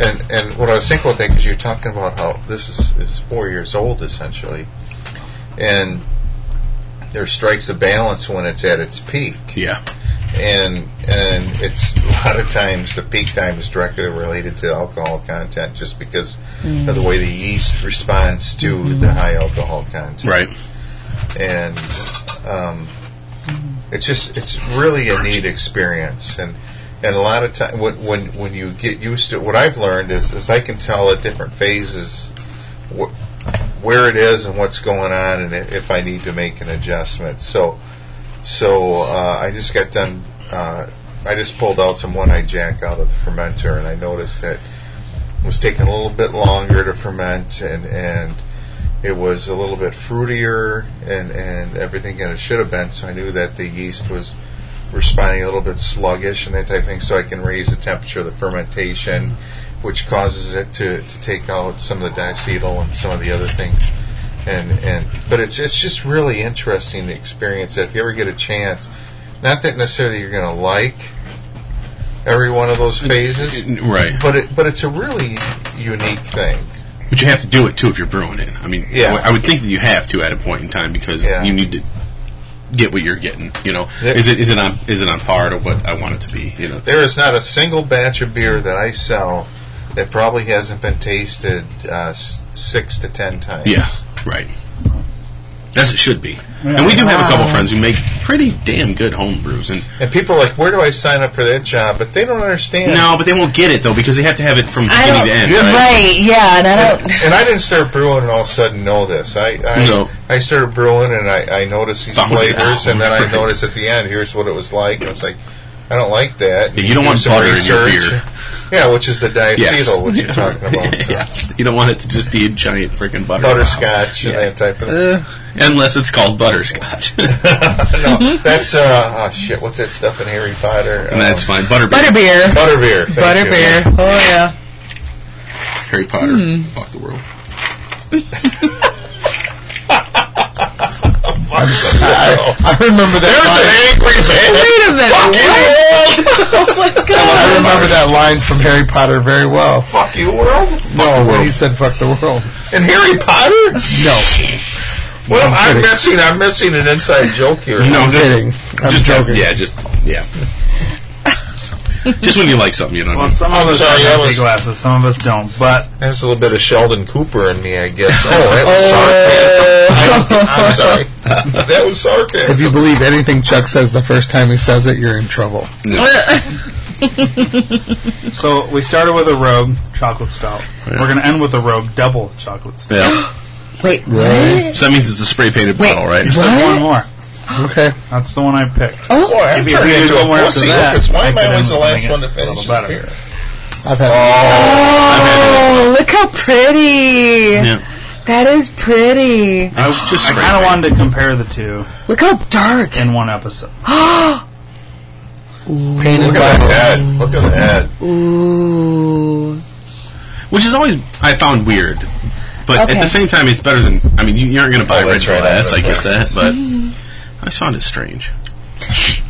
B: And, and what I was thinking about that because you're talking about how this is, is four years old essentially, and there strikes a balance when it's at its peak
C: Yeah.
B: and and it's a lot of times the peak time is directly related to alcohol content just because of the way the yeast responds to the high alcohol content
C: Right.
B: and um, it's just it's really a neat experience and and a lot of time when when, when you get used to what I've learned is, is I can tell at different phases wh- where it is and what's going on and i- if I need to make an adjustment so so uh, I just got done uh, I just pulled out some one eye jack out of the fermenter and I noticed that it was taking a little bit longer to ferment and and it was a little bit fruitier and, and everything that it should have been. So I knew that the yeast was responding a little bit sluggish and that type of thing. So I can raise the temperature of the fermentation, which causes it to, to take out some of the diacetyl and some of the other things. And and but it's it's just really interesting to experience that if you ever get a chance. Not that necessarily you're going to like every one of those phases,
C: Right.
B: but it, but it's a really unique thing.
C: But you have to do it too if you're brewing it. I mean,
B: Yeah.
C: I would- I would think that you have to at a point in time because
B: Yeah.
C: you need to get what you're getting. You know,
B: There-
C: is it is it on is it on par to what I want it to be? You know,
B: There is not a single batch of beer that I sell that probably hasn't been tasted uh, s- six to ten times.
C: yeah, right. As it should be. And we do have a couple friends who make pretty damn good home brews, and
B: And people are like, where do I sign up for that job? But they don't understand.
C: no, but they won't get it though because they have to have it from
D: I
C: beginning
D: don't
C: to end.
D: right.
C: Right?
D: yeah, and I don't
B: And I didn't start brewing and all of a sudden know this. I I,
C: No.
B: I started brewing and I, I noticed these
C: Oh,
B: flavors,
C: no.
B: and then I
C: Right.
B: noticed at the end, here's what it was like. And I was like, I don't like that.
C: Yeah, you don't
B: Do
C: want
B: some
C: butter in your
B: research.
C: beer.
B: Yeah, which is the diacetyl,
C: Yes.
B: what you're talking about. So,
C: yes. You don't want it to just be a giant freaking butter
B: Butterscotch and that type of thing.
C: Uh, unless it's called butterscotch, and
B: no, that's uh, oh shit. What's that stuff in Harry Potter? Um,
C: that's fine. Butterbeer,
D: butterbeer.
B: butterbeer. Thank you.
D: Butterbeer. Oh yeah.
C: Harry Potter,
B: Hmm.
C: fuck the world.
A: I remember
B: There's
A: that.
B: an
A: Line,
B: angry man.
D: Wait a minute. Oh my god.
A: I remember that line from Harry Potter very well.
B: Fuck you, world.
A: No, when he said "fuck the world."
B: And Harry Potter?
A: No,
B: Well,
A: I'm
B: I'm
A: kidding.
B: missing. I'm missing an inside joke here.
A: I'm kidding. I'm
C: just
A: joking.
C: Yeah, just yeah. just when you like something, you know.
E: Well,
C: What I
E: some of
B: I'm
E: us
B: sorry, that
E: have empty
B: was-
E: glasses, some of us don't. But
B: There's a little bit of Sheldon Cooper in me, I guess. Oh, that
A: Oh.
B: was sarcasm. I- I'm sorry. That was
A: If
B: sarcasm.
A: you believe anything Chuck says the first time he says it, you're in trouble.
E: so we started with a rogue chocolate stout. We're going to end with a rogue double chocolate stout.
C: mean? yeah.
D: Wait.
A: Right.
D: What?
C: So that means it's a spray painted
D: Wait.
C: bottle, right?
E: There's
D: What?
E: one more.
A: Okay.
E: That's the one I picked.
D: Oh,
B: Boy, I'm
E: Maybe
B: turning
E: if we
B: into a
E: do one more after
B: pussy. Look,
E: that,
B: it's why am
E: I
B: I always
E: could
B: the
E: end
B: last
E: something
B: one to
E: a little
B: finish the
E: better.
B: beer.
A: I've had.
D: Oh, look how pretty.
C: Yeah.
D: That is pretty.
C: I was just
E: I
C: spray
E: kind of wanted to compare the two
D: Look how dark.
E: in one episode.
A: Painted
B: Look at that head. Look at that head.
D: Ooh.
C: painted. which is always I found weird. But at
D: Okay.
C: the same time, it's better than I mean, you, you aren't going to buy
B: Oh,
C: Red
B: that's
C: Bull
B: right, I
C: S. I get
B: remember.
C: that, but I just found it strange.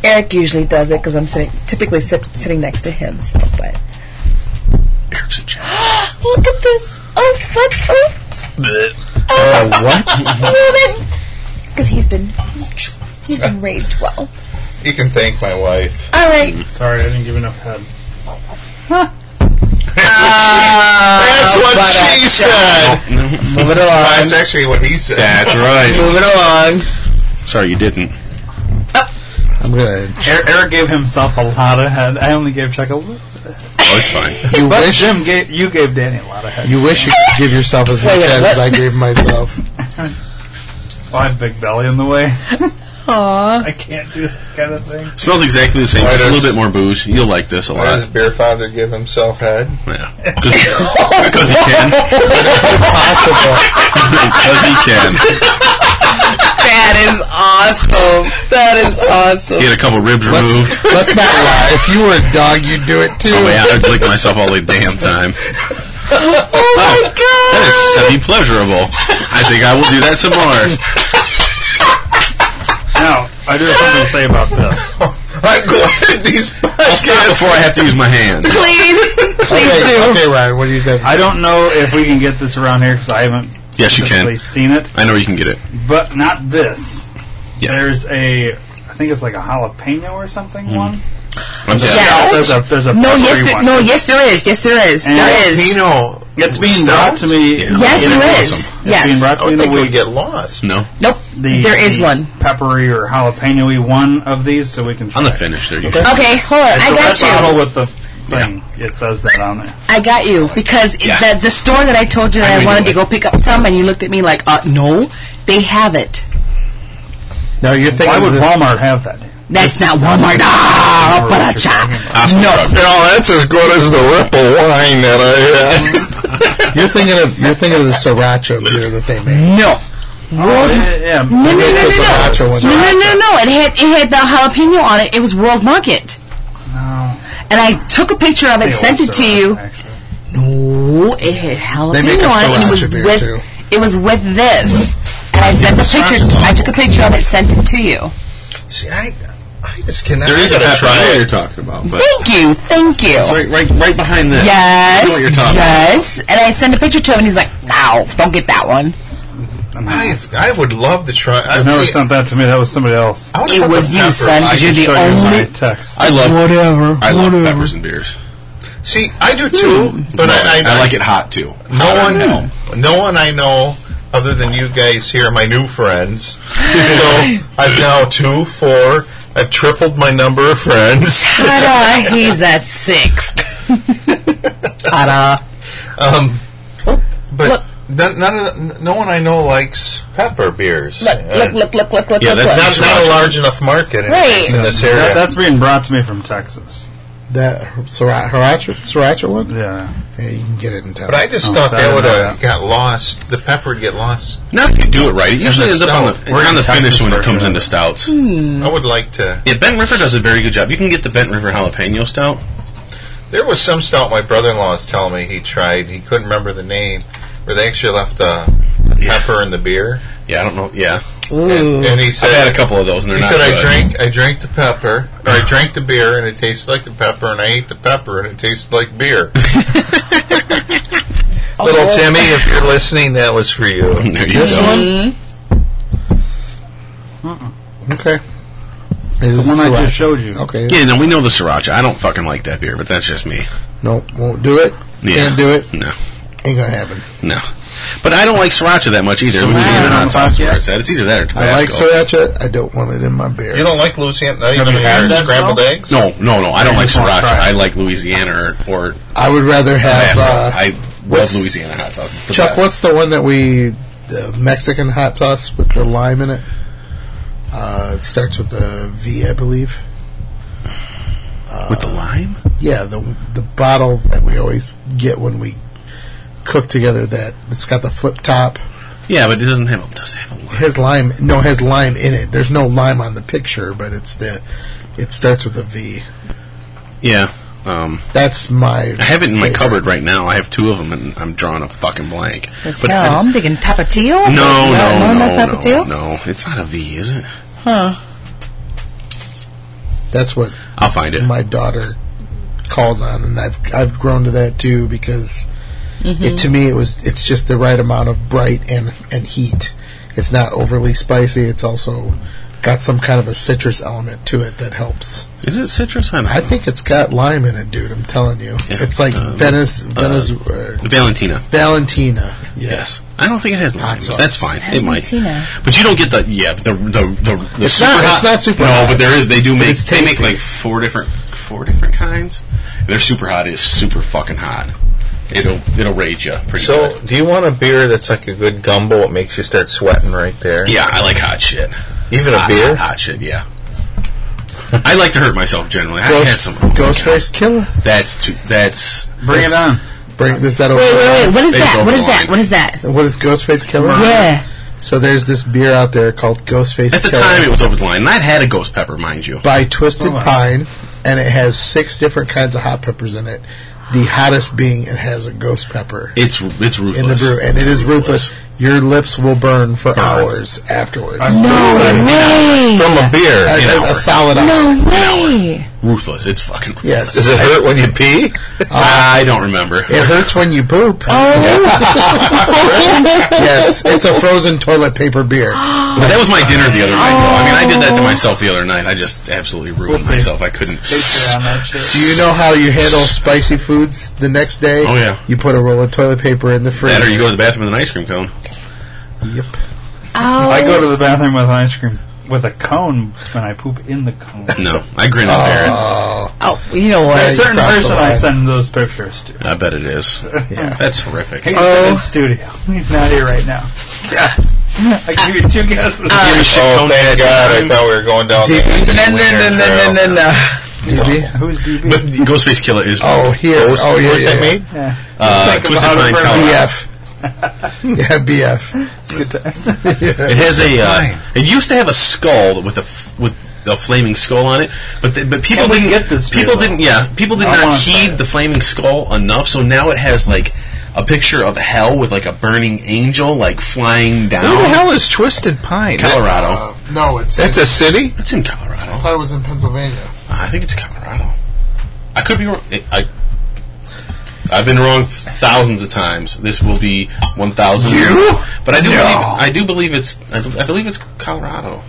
D: Eric usually does it because I'm sitting, typically sit, sitting next to him. So, but
C: Eric's a jack.
D: look at this. Oh, what? Oh,
A: Oh, what?
D: because he's been he's been raised well.
B: You can thank my wife.
D: All right.
E: Sorry, I didn't give enough head.
A: Oh,
B: That's what she said.
D: Move it along.
B: That's actually what he said.
C: That's right.
D: Move it along.
C: Sorry, you didn't.
A: I'm gonna.
E: Eric, Er, Eric gave himself a lot of head. I only gave Chuck a little.
C: Oh, it's fine.
A: You
E: But
A: wish
E: Jim, gave, you gave Danny a lot of head.
A: you wish you could give yourself as much
D: Wait,
A: head as
D: what?
A: I gave myself.
E: Well, I have big belly in the way.
D: Aw.
E: I can't do that kind of thing.
C: Smells exactly the same.
B: Why
C: Just a
B: does-
C: little bit more booze. You'll like this a
B: Why does
C: lot.
B: beer father give himself head?
C: Yeah, because he can. Because he can.
D: That is awesome. That is awesome.
C: Get a couple ribs removed.
A: Let's not lie. If you were a dog, you'd do it too.
C: Oh yeah, I'd lick myself all the damn time.
D: Oh my god.
C: That is semi pleasurable. I think I will do that some more.
E: Now, I do have something to say about this.
B: I'm glad these
C: I'll stop before I have to use my hand.
D: Please, please
A: Okay,
D: do.
A: okay, Ryan, what do you think?
E: I don't know if we can get this around here because I haven't
C: Yes, you
E: specifically
C: can.
E: seen it,
C: I know where you can get it.
E: but not this.
C: Yeah.
E: There's a, I think it's like a jalapeno or something one.
C: I'm sorry.
D: Mm-hmm. Yes.
E: There's a, there's a
D: No,
E: peppery
D: yes, there,
E: one.
D: no, yes, there is. Yes, there is.
E: And
D: There is.
B: Pino.
E: It's being brought to me.
C: Yeah.
D: Yes,
E: in a
D: there
E: week.
D: is.
E: It's
D: Yes.
E: being brought
B: I
E: to me
B: would
E: in a
B: think
E: week.
B: we'd get lost.
C: No.
D: Nope,
E: the,
D: there is
E: the
D: one.
E: peppery or jalapeno-y one of these, so we can. Try
C: On the
E: it.
C: finish, there you go.
D: Okay, hold on.
E: It's
D: I
E: the
D: got
E: red
D: you.
E: bottle with the thing. It says that on it.
D: I got you because it,
C: Yeah.
D: the, the store that I told you
C: I
D: that I,
C: knew
D: wanted to
C: it.
D: go pick up some, and you looked at me like, uh, no, they have it.
A: no, you're thinking.
E: Why would
A: of the-
E: Walmart have that?
D: That's not Walmart. Ah,
E: what you're
D: paracha.
E: talking about.
C: Oscar Roberts.
B: that's as good as the ripple wine that I had.
A: You're thinking of you're thinking of the sriracha beer that they make.
D: No.
E: Yeah, Oh, yeah,
D: No, no, no, no,
A: It's the sriracha one.
D: no, no, no, no, no. It had it had the jalapeno on it. It was World Market,
E: no.
D: and I took a picture of it, sent it to you.
E: Actually.
D: No, it had
A: make a
D: jalapeno on it. and
A: sriracha
D: It was
A: beer,
D: with
A: too.
D: it was with this, and I sent the picture. I took a picture of it, sent it to you.
B: See, I, I just cannot.
C: There is a
B: get
C: pepper. I know what
B: try.
C: you're talking about, but
D: Thank you, thank you.
C: it's right, right, right behind this. I know
D: Yes,
C: what you're talking
D: yes. And I sent a picture to him, and he's like, "No, don't get that one."
B: I, I would love to try. I,
E: I've never
B: see,
E: sent that to me. That was somebody else.
B: I would
D: It
B: put the
D: was you,
B: pepper.
D: son,
B: I
D: because you're
B: could
D: the
B: show you
D: only.
E: My text.
C: I love
A: Whatever.
C: I love
A: whatever.
C: peppers and beers.
B: See, I do too,
D: Hmm.
B: but
C: No,
B: I, I,
C: like it hot too.
B: No one, no one I know other than you guys here, my new friends. so I've now two, four. I've tripled my number of friends.
D: Ta-da! He's at six. Ta-da!
B: Um, but
D: Look.
B: none, none of the, no one I know likes pepper beers.
D: Look!
B: Uh,
D: Look! Look! Look! Look! Look!
C: Yeah,
D: look,
C: that's
D: look.
B: Not, not a large enough market in,
D: Right.
B: in this area.
E: That, that's being brought to me from Texas.
A: That sriracha, sriracha, sriracha one.
E: Yeah.
A: Yeah, you can get it in town.
B: but I just
E: Oh,
B: thought
E: that
B: that
E: I
B: would
E: know
B: have got lost. The pepper would get lost.
C: Not if you do it right. It usually
B: the
C: ends up on
B: stout.
C: the,
B: We're
C: on
B: in
C: the
B: Texas
C: finish when it
B: version
C: comes
B: of
C: into
B: it.
C: stouts.
B: I would like to.
C: Yeah, Bent River does a very good job. You can get the Bent River jalapeno stout.
B: There was some stout my brother-in-law was telling me he tried. He couldn't remember the name, where they actually left the, the pepper in the beer.
C: Yeah, I don't know. Yeah,
B: And, and he said,
C: I've had a couple of those, and they're
B: He
C: not
B: said,
C: good.
B: "I drank, I drank the pepper, or I drank the beer, and it tasted like the pepper, and I ate the pepper, and it tasted like beer." Little Timmy, if you're listening, that was for you.
C: There you
A: this
C: go.
A: Mm-hmm. one. Okay. Is
E: The one I
A: sriracha.
E: just showed you.
A: Okay.
C: Yeah, no, we know the sriracha. I don't fucking like that beer, but that's just me.
A: Nope. Won't do it.
C: Yeah.
A: Can't do it.
C: No,
A: Ain't gonna happen.
C: no. But I don't like sriracha that much either. We was
E: Sriracha
C: even
E: on
C: on
E: the
C: sauce
E: podcast?
C: where it's at. It's either that or Tabasco.
A: I like sriracha. I don't want it in my beer.
B: You don't like Louisiana night
E: Have you had that
B: scrambled
E: stout?
B: eggs?
C: No, no, no. I don't like
E: just wanna
C: sriracha.
E: try it.
C: I like Louisiana or, or
A: I would rather have.
C: Tabasco.
A: Uh,
C: I love
A: what's-
C: Louisiana hot sauce. It's the
A: Chuck,
C: best.
A: what's the one that we the Mexican hot sauce with the lime in it? Uh, it starts with a V, I believe.
C: with the lime?
A: Yeah, the the bottle that we always get when we cook together. That it's got the flip top.
C: Yeah, but it doesn't have a, does it have a
A: It
C: lime.
A: has lime. No, it has lime in it. There's no lime on the picture, but it's the. It starts with a V.
C: Yeah, Um,
A: That's my.
C: I have it in my cupboard right now. I have two of them, and I'm drawing a fucking blank.
D: This
C: But
D: hell,
C: I-
D: I'm thinking
C: no,
D: tapatio.
C: no,
D: Not
C: no,
D: my
C: no,
D: tapatio?
C: no. It's not a V, is it?
D: Huh.
A: That's what
C: I'll find it.
A: my daughter calls on, and I've I've grown to that too because
D: Mm-hmm.
A: it, to me it was it's just the right amount of bright and and heat. It's not overly spicy. It's also got some kind of a citrus element to it that helps.
C: Is it citrus? I, don't
A: I think it's got lime in it, dude. I'm telling you,
C: Yeah.
A: it's like
C: Uh,
A: Venice, Venice, uh,
C: know. Valentina.
A: Valentina. Yes.
C: Yes. I don't think it has lime.
A: Hot
C: but
A: sauce.
C: That's fine. It might.
D: Valentina.
C: But you don't get the yeah the the the, the
A: It's
C: super
A: not-
C: hot.
A: it's not super
C: No,
A: hot.
C: but there is. They do
A: But
C: make
A: it's
C: they make
A: tasty.
C: like four different four different kinds. And their super hot is super fucking hot. It'll it'll rage you pretty
B: So,
C: good.
B: do you want a beer that's like a good gumbo? It makes you start sweating right there.
C: Yeah, I like hot shit.
B: Even a
C: hot,
B: beer?
C: hot, hot shit. Yeah. I like to hurt myself generally. I've had
A: Ghost,
C: some. oh my
A: Ghostface Killer.
C: God. That's too. That's
E: Bring it on.
A: Bring this that over.
D: Wait, wait, wait. What is
C: It's
D: that? What is that?
C: overlined.
D: What is that?
A: What is Ghostface Killer?
D: Yeah.
A: So there's this beer out there called Ghostface
C: at the
A: Killer
C: time it was over the line. And I'd had a ghost pepper, mind you.
A: by Twisted
E: Oh, wow.
A: Pine, and it has six different kinds of hot peppers in it. The hottest being it has a ghost pepper
C: It's it's ruthless
A: in the brew, and it is ruthless. Your lips will burn for hours afterwards.
E: I'm so excited.
D: Way.
B: From a beer.
A: A-
C: an
A: a- a,
C: hour.
A: solid hour.
D: No way.
C: Ruthless. It's fucking. Ruthless.
A: Yes. Uh,
B: Does it hurt when you pee?
C: I don't remember.
A: It hurts when you poop. yes, it's a frozen toilet paper beer.
C: But that was my dinner the other night. Though. I mean, I did that to myself the other night. I just absolutely ruined
E: We'll see.
C: myself. I couldn't.
E: Taste around that shit.
A: Do you know how you handle spicy foods the next day?
C: Oh, yeah.
A: You put a roll of toilet paper in the fridge.
C: That or you go to the bathroom with an ice cream cone.
A: Yep.
E: I
D: Oh.
E: go to the bathroom with ice cream with a cone and I poop in the cone.
C: No, I grin at Baron.
A: Uh,
D: Oh, you know what?
E: There's a certain
A: across the
E: person I
A: line.
E: send those pictures to.
C: I bet it is.
A: Yeah.
C: That's horrific. Oh,
E: He's
C: Give
E: in the studio. He's not here right now. Yes. Uh, I give you two guesses.
C: me a shit
B: Oh,
C: cone
B: thank
C: at
B: God. I
C: that time.
B: thought we were going down
A: Deep-
B: the
D: No, no, no, no, no, no, no.
A: DB?
E: Who's DB?
C: But Ghostface Killer is
A: Oh, here. oh, yeah, yeah, yeah.
E: yeah.
C: uh,
E: Think
C: Twisted
E: about
C: Pine
E: it for a
C: Colorado.
A: BF. yeah, BF.
E: It's good times.
C: It has a. Uh, it used to have a skull with a f- with a flaming skull on it, but the, but people
E: Can we
C: didn't
E: get this
C: People
E: beer,
C: didn't. Yeah, people did
E: I wanna
C: not
E: try
C: heed
E: it.
C: the flaming skull enough. So now it has like a picture of hell with like a burning angel like flying down.
B: Who the hell is Twisted Pine?
C: Colorado.
A: Uh, no, it's.
B: That's a city?
C: That's in Colorado.
A: I thought it was in Pennsylvania.
C: I think it's Colorado. I could be wrong. I, I, have been wrong thousands of times. This will be one thousand. But I do believe I do believe it's I, be- I believe it's Colorado.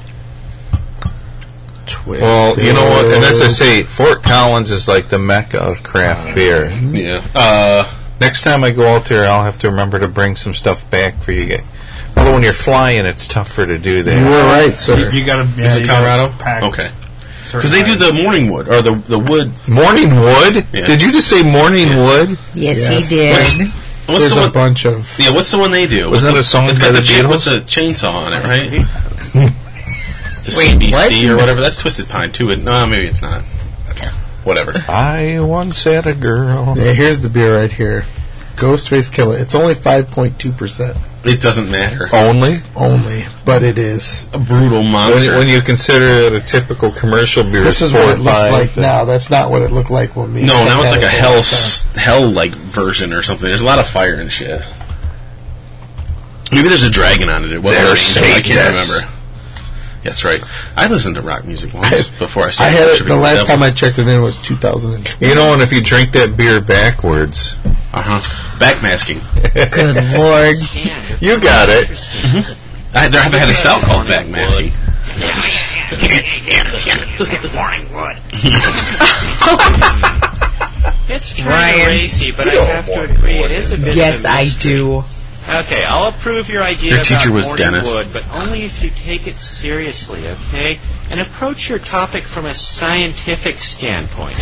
A: Twisted.
B: Well, you know what? And as I say, Fort Collins is like the mecca of craft beer.
C: Yeah. Uh,
B: Next time I go out there, I'll have to remember to bring some stuff back for you guys. Although when you're flying, it's tougher to do
A: You
B: that.
A: were right, sir.
E: you got to. Yeah,
C: is it
E: you gotta
C: Colorado?
E: Pack
C: Okay. Because they do the morning wood or the the wood.
B: Morning wood?
C: Yeah.
B: Did you just say morning wood?
D: Yes,
A: Yes.
D: he did.
C: What's
A: There's
C: the
A: a
C: one?
A: bunch of.
C: yeah, what's the one they do?
B: Wasn't
C: With
B: that a song
C: It's got
B: by
C: the
B: the
C: chick with
B: Beatles?
C: the chainsaw on it, right? The
D: Wait,
C: CBC
D: what?
C: or whatever. That's Twisted Pine too. It, no, maybe it's not. Whatever.
B: I once had a girl.
A: Yeah, here's the beer right here. Ghostface Killer. It's only 5.2%
C: It doesn't matter.
B: Only?
A: only, but it is.
C: A brutal
B: When,
C: monster.
B: you- when you consider that a typical commercial beer
A: This
B: is
A: is
B: four
A: what it
B: or
A: looks
B: five,
A: like now. That's not what it looked like when we.
C: No, now it's
A: had
C: like a
A: it the
C: hell
A: last
C: s- hell like version or something. There's a lot of fire and shit. Maybe there's a dragon on it. It wasn't
B: There's
C: an angel. I
B: Satan.
C: can't remember. That's right. I listened to rock music once
A: time.
C: before I
A: I
C: started.
A: had it. The
C: worshiping
A: last
C: devil.
A: time I checked it in was 2002.
B: You know, and if you drink that beer backwards,
C: uh-huh. backmasking.
D: Good lord.
B: you got it.
C: I had, I had a stout called backmasking.
G: It's kind of racy, but I have to agree it is a bit.
D: Yes,
G: of a
D: I
G: mystery.
D: do.
G: Okay, I'll approve your idea.
C: Your teacher
G: about
C: was
G: morning
C: Dennis.
G: Wood, but only if you take it seriously, okay? And approach your topic from a scientific standpoint.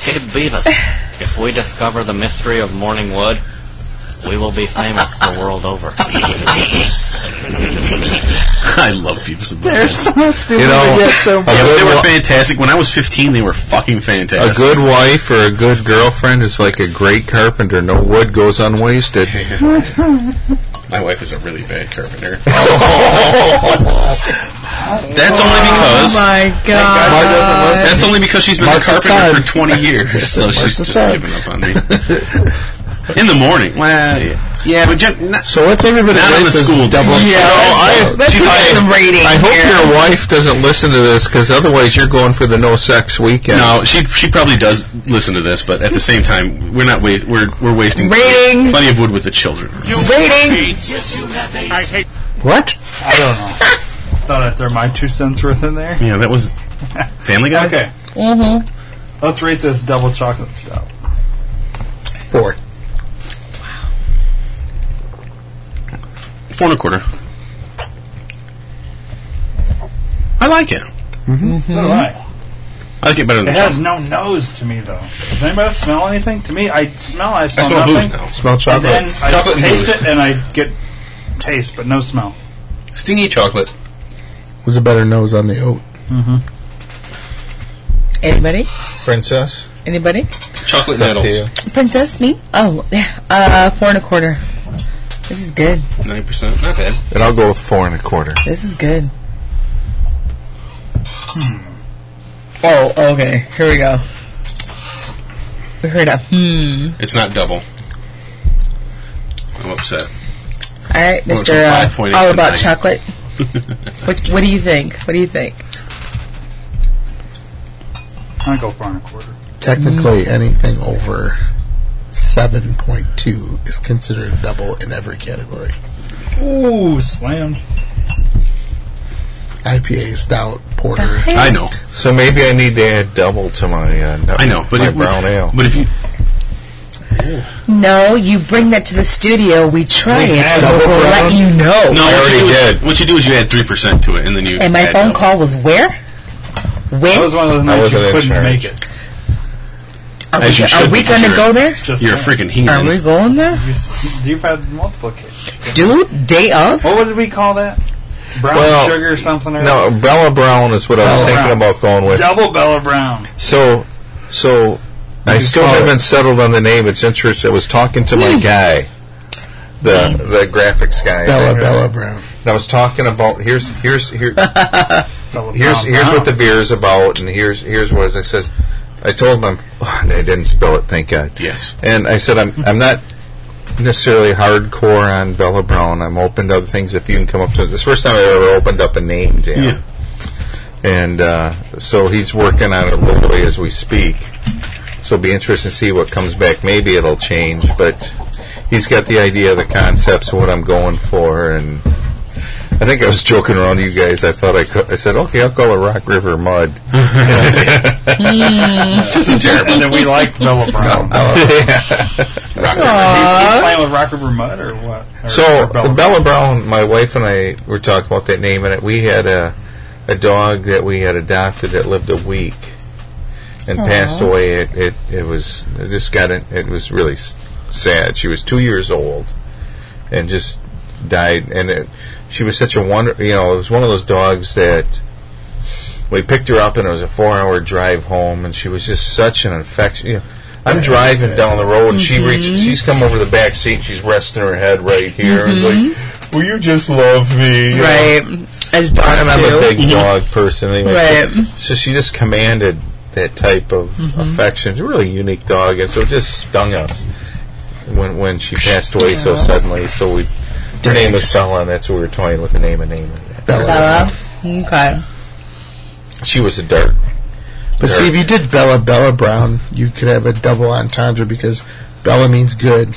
G: Hey, Beavis, if we discover the mystery of Morning Wood, we will be famous the world over.
C: I love Beavis and
E: They're
C: Butthead.
E: so stupid.
B: You know,
E: but yet so
B: a
C: Yeah, but they
B: good,
C: were
B: wi-
C: fantastic. When I was 15, they were fucking fantastic.
B: a good wife or a good girlfriend is like a great carpenter. No wood goes unwasted. Oh
C: My wife is a really bad carpenter. That's only because
D: Oh my god.
E: Mark doesn't listen.
C: that's only because she's been
A: Mark
C: a
A: the
C: carpenter
A: time.
C: for 20 years, so she's
A: the
C: just
A: time.
C: giving up on me. In the morning, well, yeah, yeah but gen- not,
A: So what's everybody
C: Not in
A: rate
C: the
A: this
C: school.
A: double?
C: Yeah,
A: Oh,
D: Let's
B: Gee,
D: look
B: I-
D: at the rating.
B: I hope
D: here.
B: your wife doesn't listen to this because otherwise you're going for the no sex weekend.
C: no, she she probably does listen to this, but at the same time, we're not wa- we're we're wasting
D: Rating.
C: plenty of wood with the children.
D: rating.
A: I- what?
E: I don't know. Thought I'd throw my two cents worth in there.
C: Yeah, that was Family Guy.
E: Okay. Mm-hmm. Let's rate this double chocolate stout.
A: Four.
C: four and a quarter. I like it.
E: So do I.
C: I like it better than
E: It
C: the
E: has no nose to me, though. Does anybody else smell anything? To me, I smell. I smell,
C: I smell booze
E: nothing.
C: now.
A: Smell
E: And
A: chocolate.
E: then I
C: Chocolate and
E: taste
C: booze.
E: it, and I get taste, but no smell.
C: Stingy chocolate.
A: was a better nose on the oat.
D: Anybody?
B: Princess,
D: Anybody?
C: Chocolate
B: it's up to you.
C: nettles.
D: Princess, me? Oh, yeah. Uh, four and a quarter. This is good.
C: 9%. Not bad.
B: And I'll go with four and a quarter.
D: This is good. Hmm. Oh, okay. Here we go. We heard a hmm.
C: It's not double. I'm upset.
D: All right,
C: Well, it's
D: Mister.
C: a
D: Uh,
C: five point eight
D: all
C: to
D: about
C: nine.
D: chocolate. what, what do you think? What do you think?
E: I go four and a quarter.
A: Technically, anything over seven point two is considered a double in every category.
E: Ooh, slammed.
A: IPA, stout, porter.
C: I know.
B: So maybe I need to add double to my uh,
C: I know. But
B: my
C: if we-
B: brown ale.
C: But if you.
D: No, you bring that to the studio. We try
E: We
D: it.
E: had
D: We'll
E: double
D: let you know.
C: No, what,
B: already
C: you do is-
B: did.
C: what you do is you add 3% to it, and then you.
D: And my
C: add
D: phone
C: double.
D: call was where?
E: That
D: When
E: was one of those nights you
B: wasn't in
E: couldn't
B: charge.
E: make it.
D: are
C: as
D: we,
C: you should,
D: are we
C: because
D: going to
C: you're-
D: go there?
E: Just
C: You're a
E: saying.
C: freaking
D: Are we
C: heathen.
D: going there,
E: You, s- you've had multiplication.
D: dude? Day of?
E: What did we call that? Brown
B: Well,
E: sugar or something? Or
B: No, Bella Brown is what I was
E: Bella
B: thinking
E: Brown.
B: about going with.
E: Double Bella Brown.
B: So, so I still
A: call it-
B: haven't settled on the name. It's interesting. I was talking to my guy, the the graphics guy.
A: Bella Bella Brown.
B: And I was talking about here's here's here,
E: Bella
B: here's
E: Brown
B: here's what the
E: Brown.
B: beer is about, and here's here's what it is. I says. I told him oh, and I didn't spell it. Thank God.
C: Yes.
B: And I said I'm I'm not necessarily hardcore on Bella Brown. I'm open to other things if you can come up to. This first time I ever opened up a name to him.
C: Yeah.
B: And uh, so he's working on it literally as we speak. So it'll be interesting to see what comes back. Maybe it'll change, but he's got the idea, the concepts, of what I'm going for, and I think I was joking around to you guys. I thought I, co- I said, okay, I'll call it Rock River Mud.
C: Just terrible.
E: And then we liked Bella Brown. Are you playing with Rock River Mud or what? Or-
B: So
E: or
B: Bella, Brown, my wife and I were talking about that name, and it- we had a a dog that we had adopted that lived a week and passed away. It it, it was it just got it. It was really s- sad. She was two years old and just died. And it, she was such a wonder. You know, it was one of those dogs that we picked her up, and it was a four-hour drive home, and she was just such an affection. You know, I'm driving down the road, and she reaches. She's come over the back seat. And she's resting her head right here. and It's like, will you just love me? You know?
D: Right. As dark
B: And I'm a
D: too.
B: big dog person, anyway.
D: Right.
B: So, so she just commanded that type of affection. It's a really unique dog, and so it just stung us when when she passed away so suddenly. So we, her name was Stella, and that's what we were toying with the name and name.
A: Bella.
D: Bella. Okay.
B: She was a dart.
A: But see, if you did Bella Bella Brown, you could have a double entendre because Bella means good.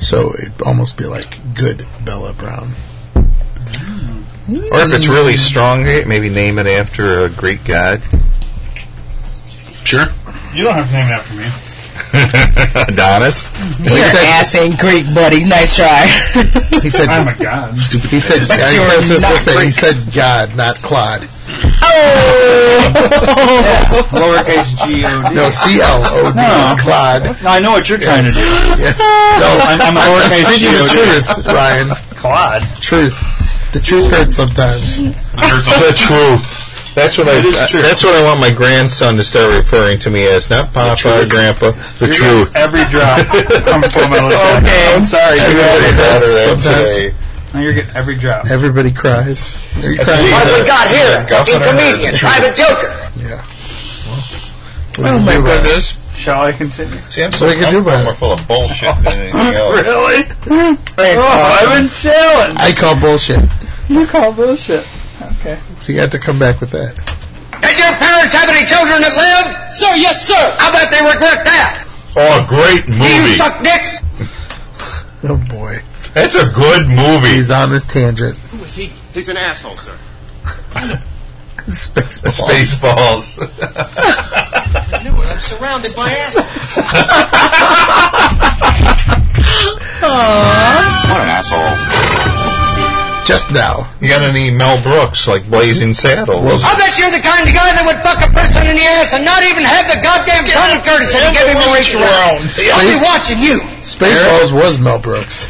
A: So it'd almost be like good Bella Brown.
B: Or if it's really strong, eh, maybe name it after a Greek god.
C: Sure.
E: You don't have to name it after me.
B: Adonis.
D: You're
A: said-
D: ass ain't Greek, buddy. Nice try.
A: He said.
E: I'm a god.
A: he said.
D: But
A: I
D: you're
A: was just gonna
D: not
A: say, he
D: Greek.
A: said God, not Claude.
D: oh!
E: Lowercase G O D.
A: No, C L O
E: No.
A: D. Claude.
E: No, I know what you're trying to do.
A: Yes. No,
E: I'm, I'm a lowercase G
A: speaking
E: O
A: the
E: D.
A: truth, Ryan.
E: Claude.
A: Truth. The truth hurts sometimes.
B: the truth. That's what I.
E: It is true.
B: That's what I want my grandson to start referring to me as, not Papa or Grandpa. The truth.
E: Every drop from Full Metal Jacket.
B: I'm sorry.
A: Everybody
B: better
A: hurts
B: than
A: sometimes.
B: today.
E: Now you're getting every drop.
A: Everybody cries. Everybody
B: That's
A: cries.
B: what
F: Finally got here,
B: Governor
F: fucking comedian,
B: Trudeau.
F: private joker.
A: Yeah.
B: Oh
A: Well, what
B: my
A: do you do about it?
B: goodness!
E: Shall I continue?
B: See, I'm so
A: What do you do
B: comfortable.
A: about it?
B: We're full of bullshit than anything else.
E: Really? Oh, I've been challenged.
A: Oh, I call bullshit.
E: You call bullshit. Okay.
A: You got to come back with that.
F: Did your parents have any children that lived? Sir, yes, sir. I bet they regret that.
B: Oh, great
F: Do you
B: movie!
F: suck dicks?
A: Oh boy.
B: That's a good movie.
A: He's on his tangent.
G: Who is he? He's an asshole, sir.
A: Spaceballs.
B: Spaceballs.
F: I knew it. I'm surrounded by assholes.
B: What an asshole!
A: Just now.
B: You got any Mel Brooks like Blazing Saddles?
F: I bet you're the kind of guy that would fuck a person in the ass and not even have the goddamn common courtesy to give him a reach around. I'll be watching you.
A: Spaceballs was Mel Brooks.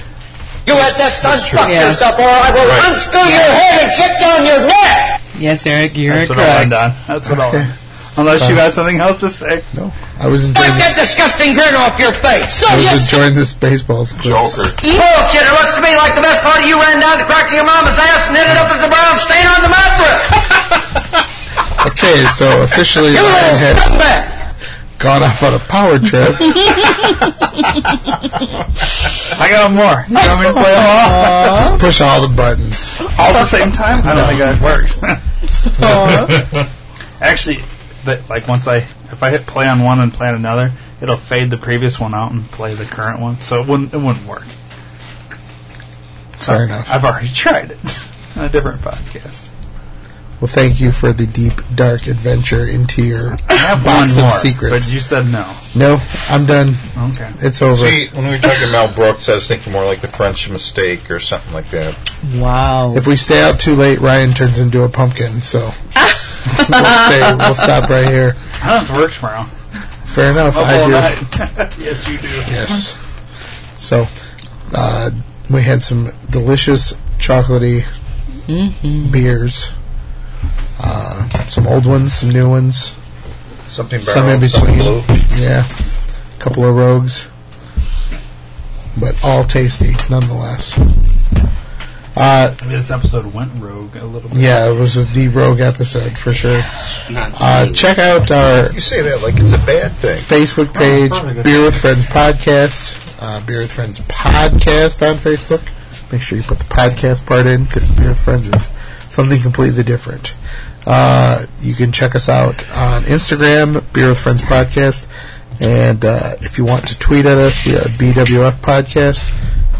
F: You had that stunt fuck
D: Yeah.
F: yourself or I will
B: Right.
F: unscrew your head and check down your neck.
D: Yes, Eric, you're
E: That's what I
D: correct.
E: wanted on. That's what I wanted. Unless you have something else to say.
A: No. I was enjoying
F: Wipe that disgusting grin off your face.
A: I was enjoying this Spaceballs clip.
B: Joker.
F: Bullshit, it looks to me like the best part of you ran down the crack of your mama's ass and ended up as a brown stain on the mattress.
A: Okay, so officially
F: You
A: Lion
F: little
A: had
F: scumbag.
A: gone off on a power trip.
E: I got more. You want me to play them all?
A: Just push all the buttons.
E: all at the same time? I don't think that works.
A: Uh-huh.
E: Actually, the, like once I if I hit play on one and play on another, it'll fade the previous one out and play the current one, so it wouldn't it wouldn't work.
A: Fair enough.
E: I've already tried it on a different podcast.
A: Well, thank you for the deep, dark adventure into your
E: I have
A: box
E: one
A: of
E: more,
A: secrets.
E: but you said no.
A: No, I'm done.
E: Okay.
A: It's over.
B: See, when we were talking Mel Brooks, I was thinking more like the French Mistake or something like that.
D: Wow.
A: If we stay out too late, Ryan turns into a pumpkin. So we'll, stay, we'll stop right here.
E: I don't have to work tomorrow.
A: Fair enough.
E: Up
A: I
E: all
A: do.
E: night. yes, you do.
A: Yes. So uh, we had some delicious chocolatey beers. Uh, some old ones, some new ones.
B: Something barrel,
A: Some in
B: something
A: between.
B: blue.
A: Yeah, a couple of rogues, but all tasty nonetheless. Uh,
E: This episode went rogue a little bit.
A: yeah, it was a the rogue episode for sure. Uh, check out our
B: You say that like it's a bad thing.
A: Facebook page,
E: Oh, probably good.
A: Beer with Friends podcast, uh, Beer with Friends podcast on Facebook. Make sure you put the podcast part in because Beer with Friends is something completely different. Uh, you can check us out on Instagram, Beer with Friends podcast, and uh, if you want to tweet at us, we are BWF podcast.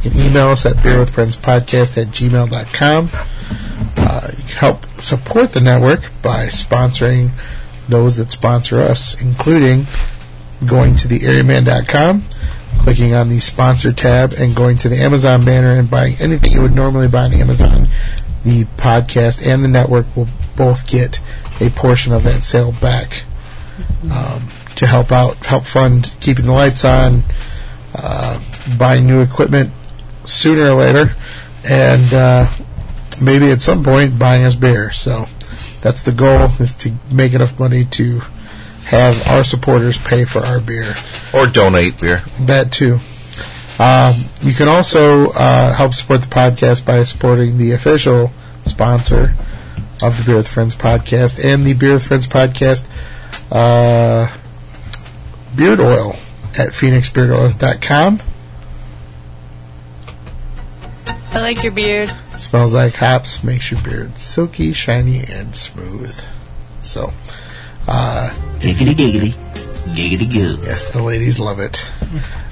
A: You can email us at beerwithfriendspodcast at gmail.com. Uh, you can help support the network by sponsoring those that sponsor us, including going to the airman.com, clicking on the sponsor tab, and going to the Amazon banner and buying anything you would normally buy on Amazon. The podcast and the network will both get a portion of that sale back um, to help out, help fund keeping the lights on, uh, buying new equipment sooner or later, and uh, maybe at some point buying us beer. So that's the goal: is to make enough money to have our supporters pay for our beer.
B: Or donate beer.
A: That too. Um, you can also uh, help support the podcast by supporting the official sponsor of the Beer with Friends podcast and the Beer with Friends podcast uh, beard oil at phoenixbeardoils.com.
H: I like your beard.
A: Smells like hops, makes your beard silky, shiny, and smooth. So, uh,
I: Giggity giggity. Giggity goo.
A: Yes, the ladies love it.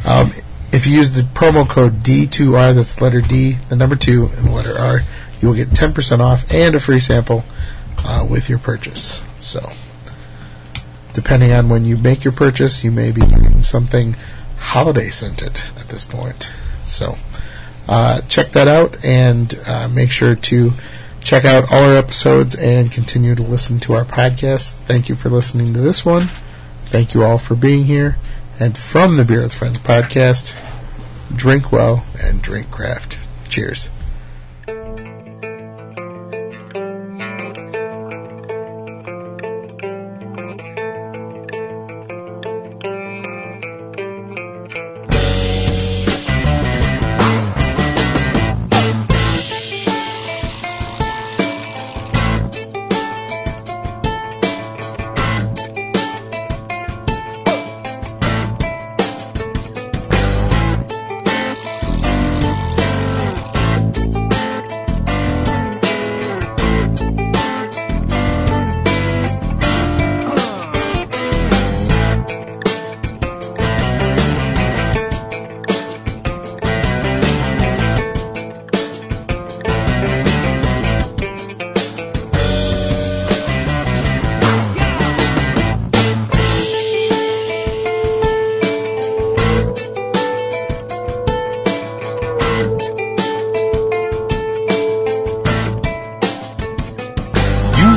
A: Um, if you use the promo code D2R, that's the letter D, the number 2, and the letter R, you will get 10% off and a free sample uh, with your purchase. So, depending on when you make your purchase, you may be getting something holiday scented at this point. So, uh, check that out and uh, make sure to check out all our episodes and continue to listen to our podcast. Thank you for listening to this one. Thank you all for being here. And from the Beer with Friends podcast, drink well and drink craft. Cheers.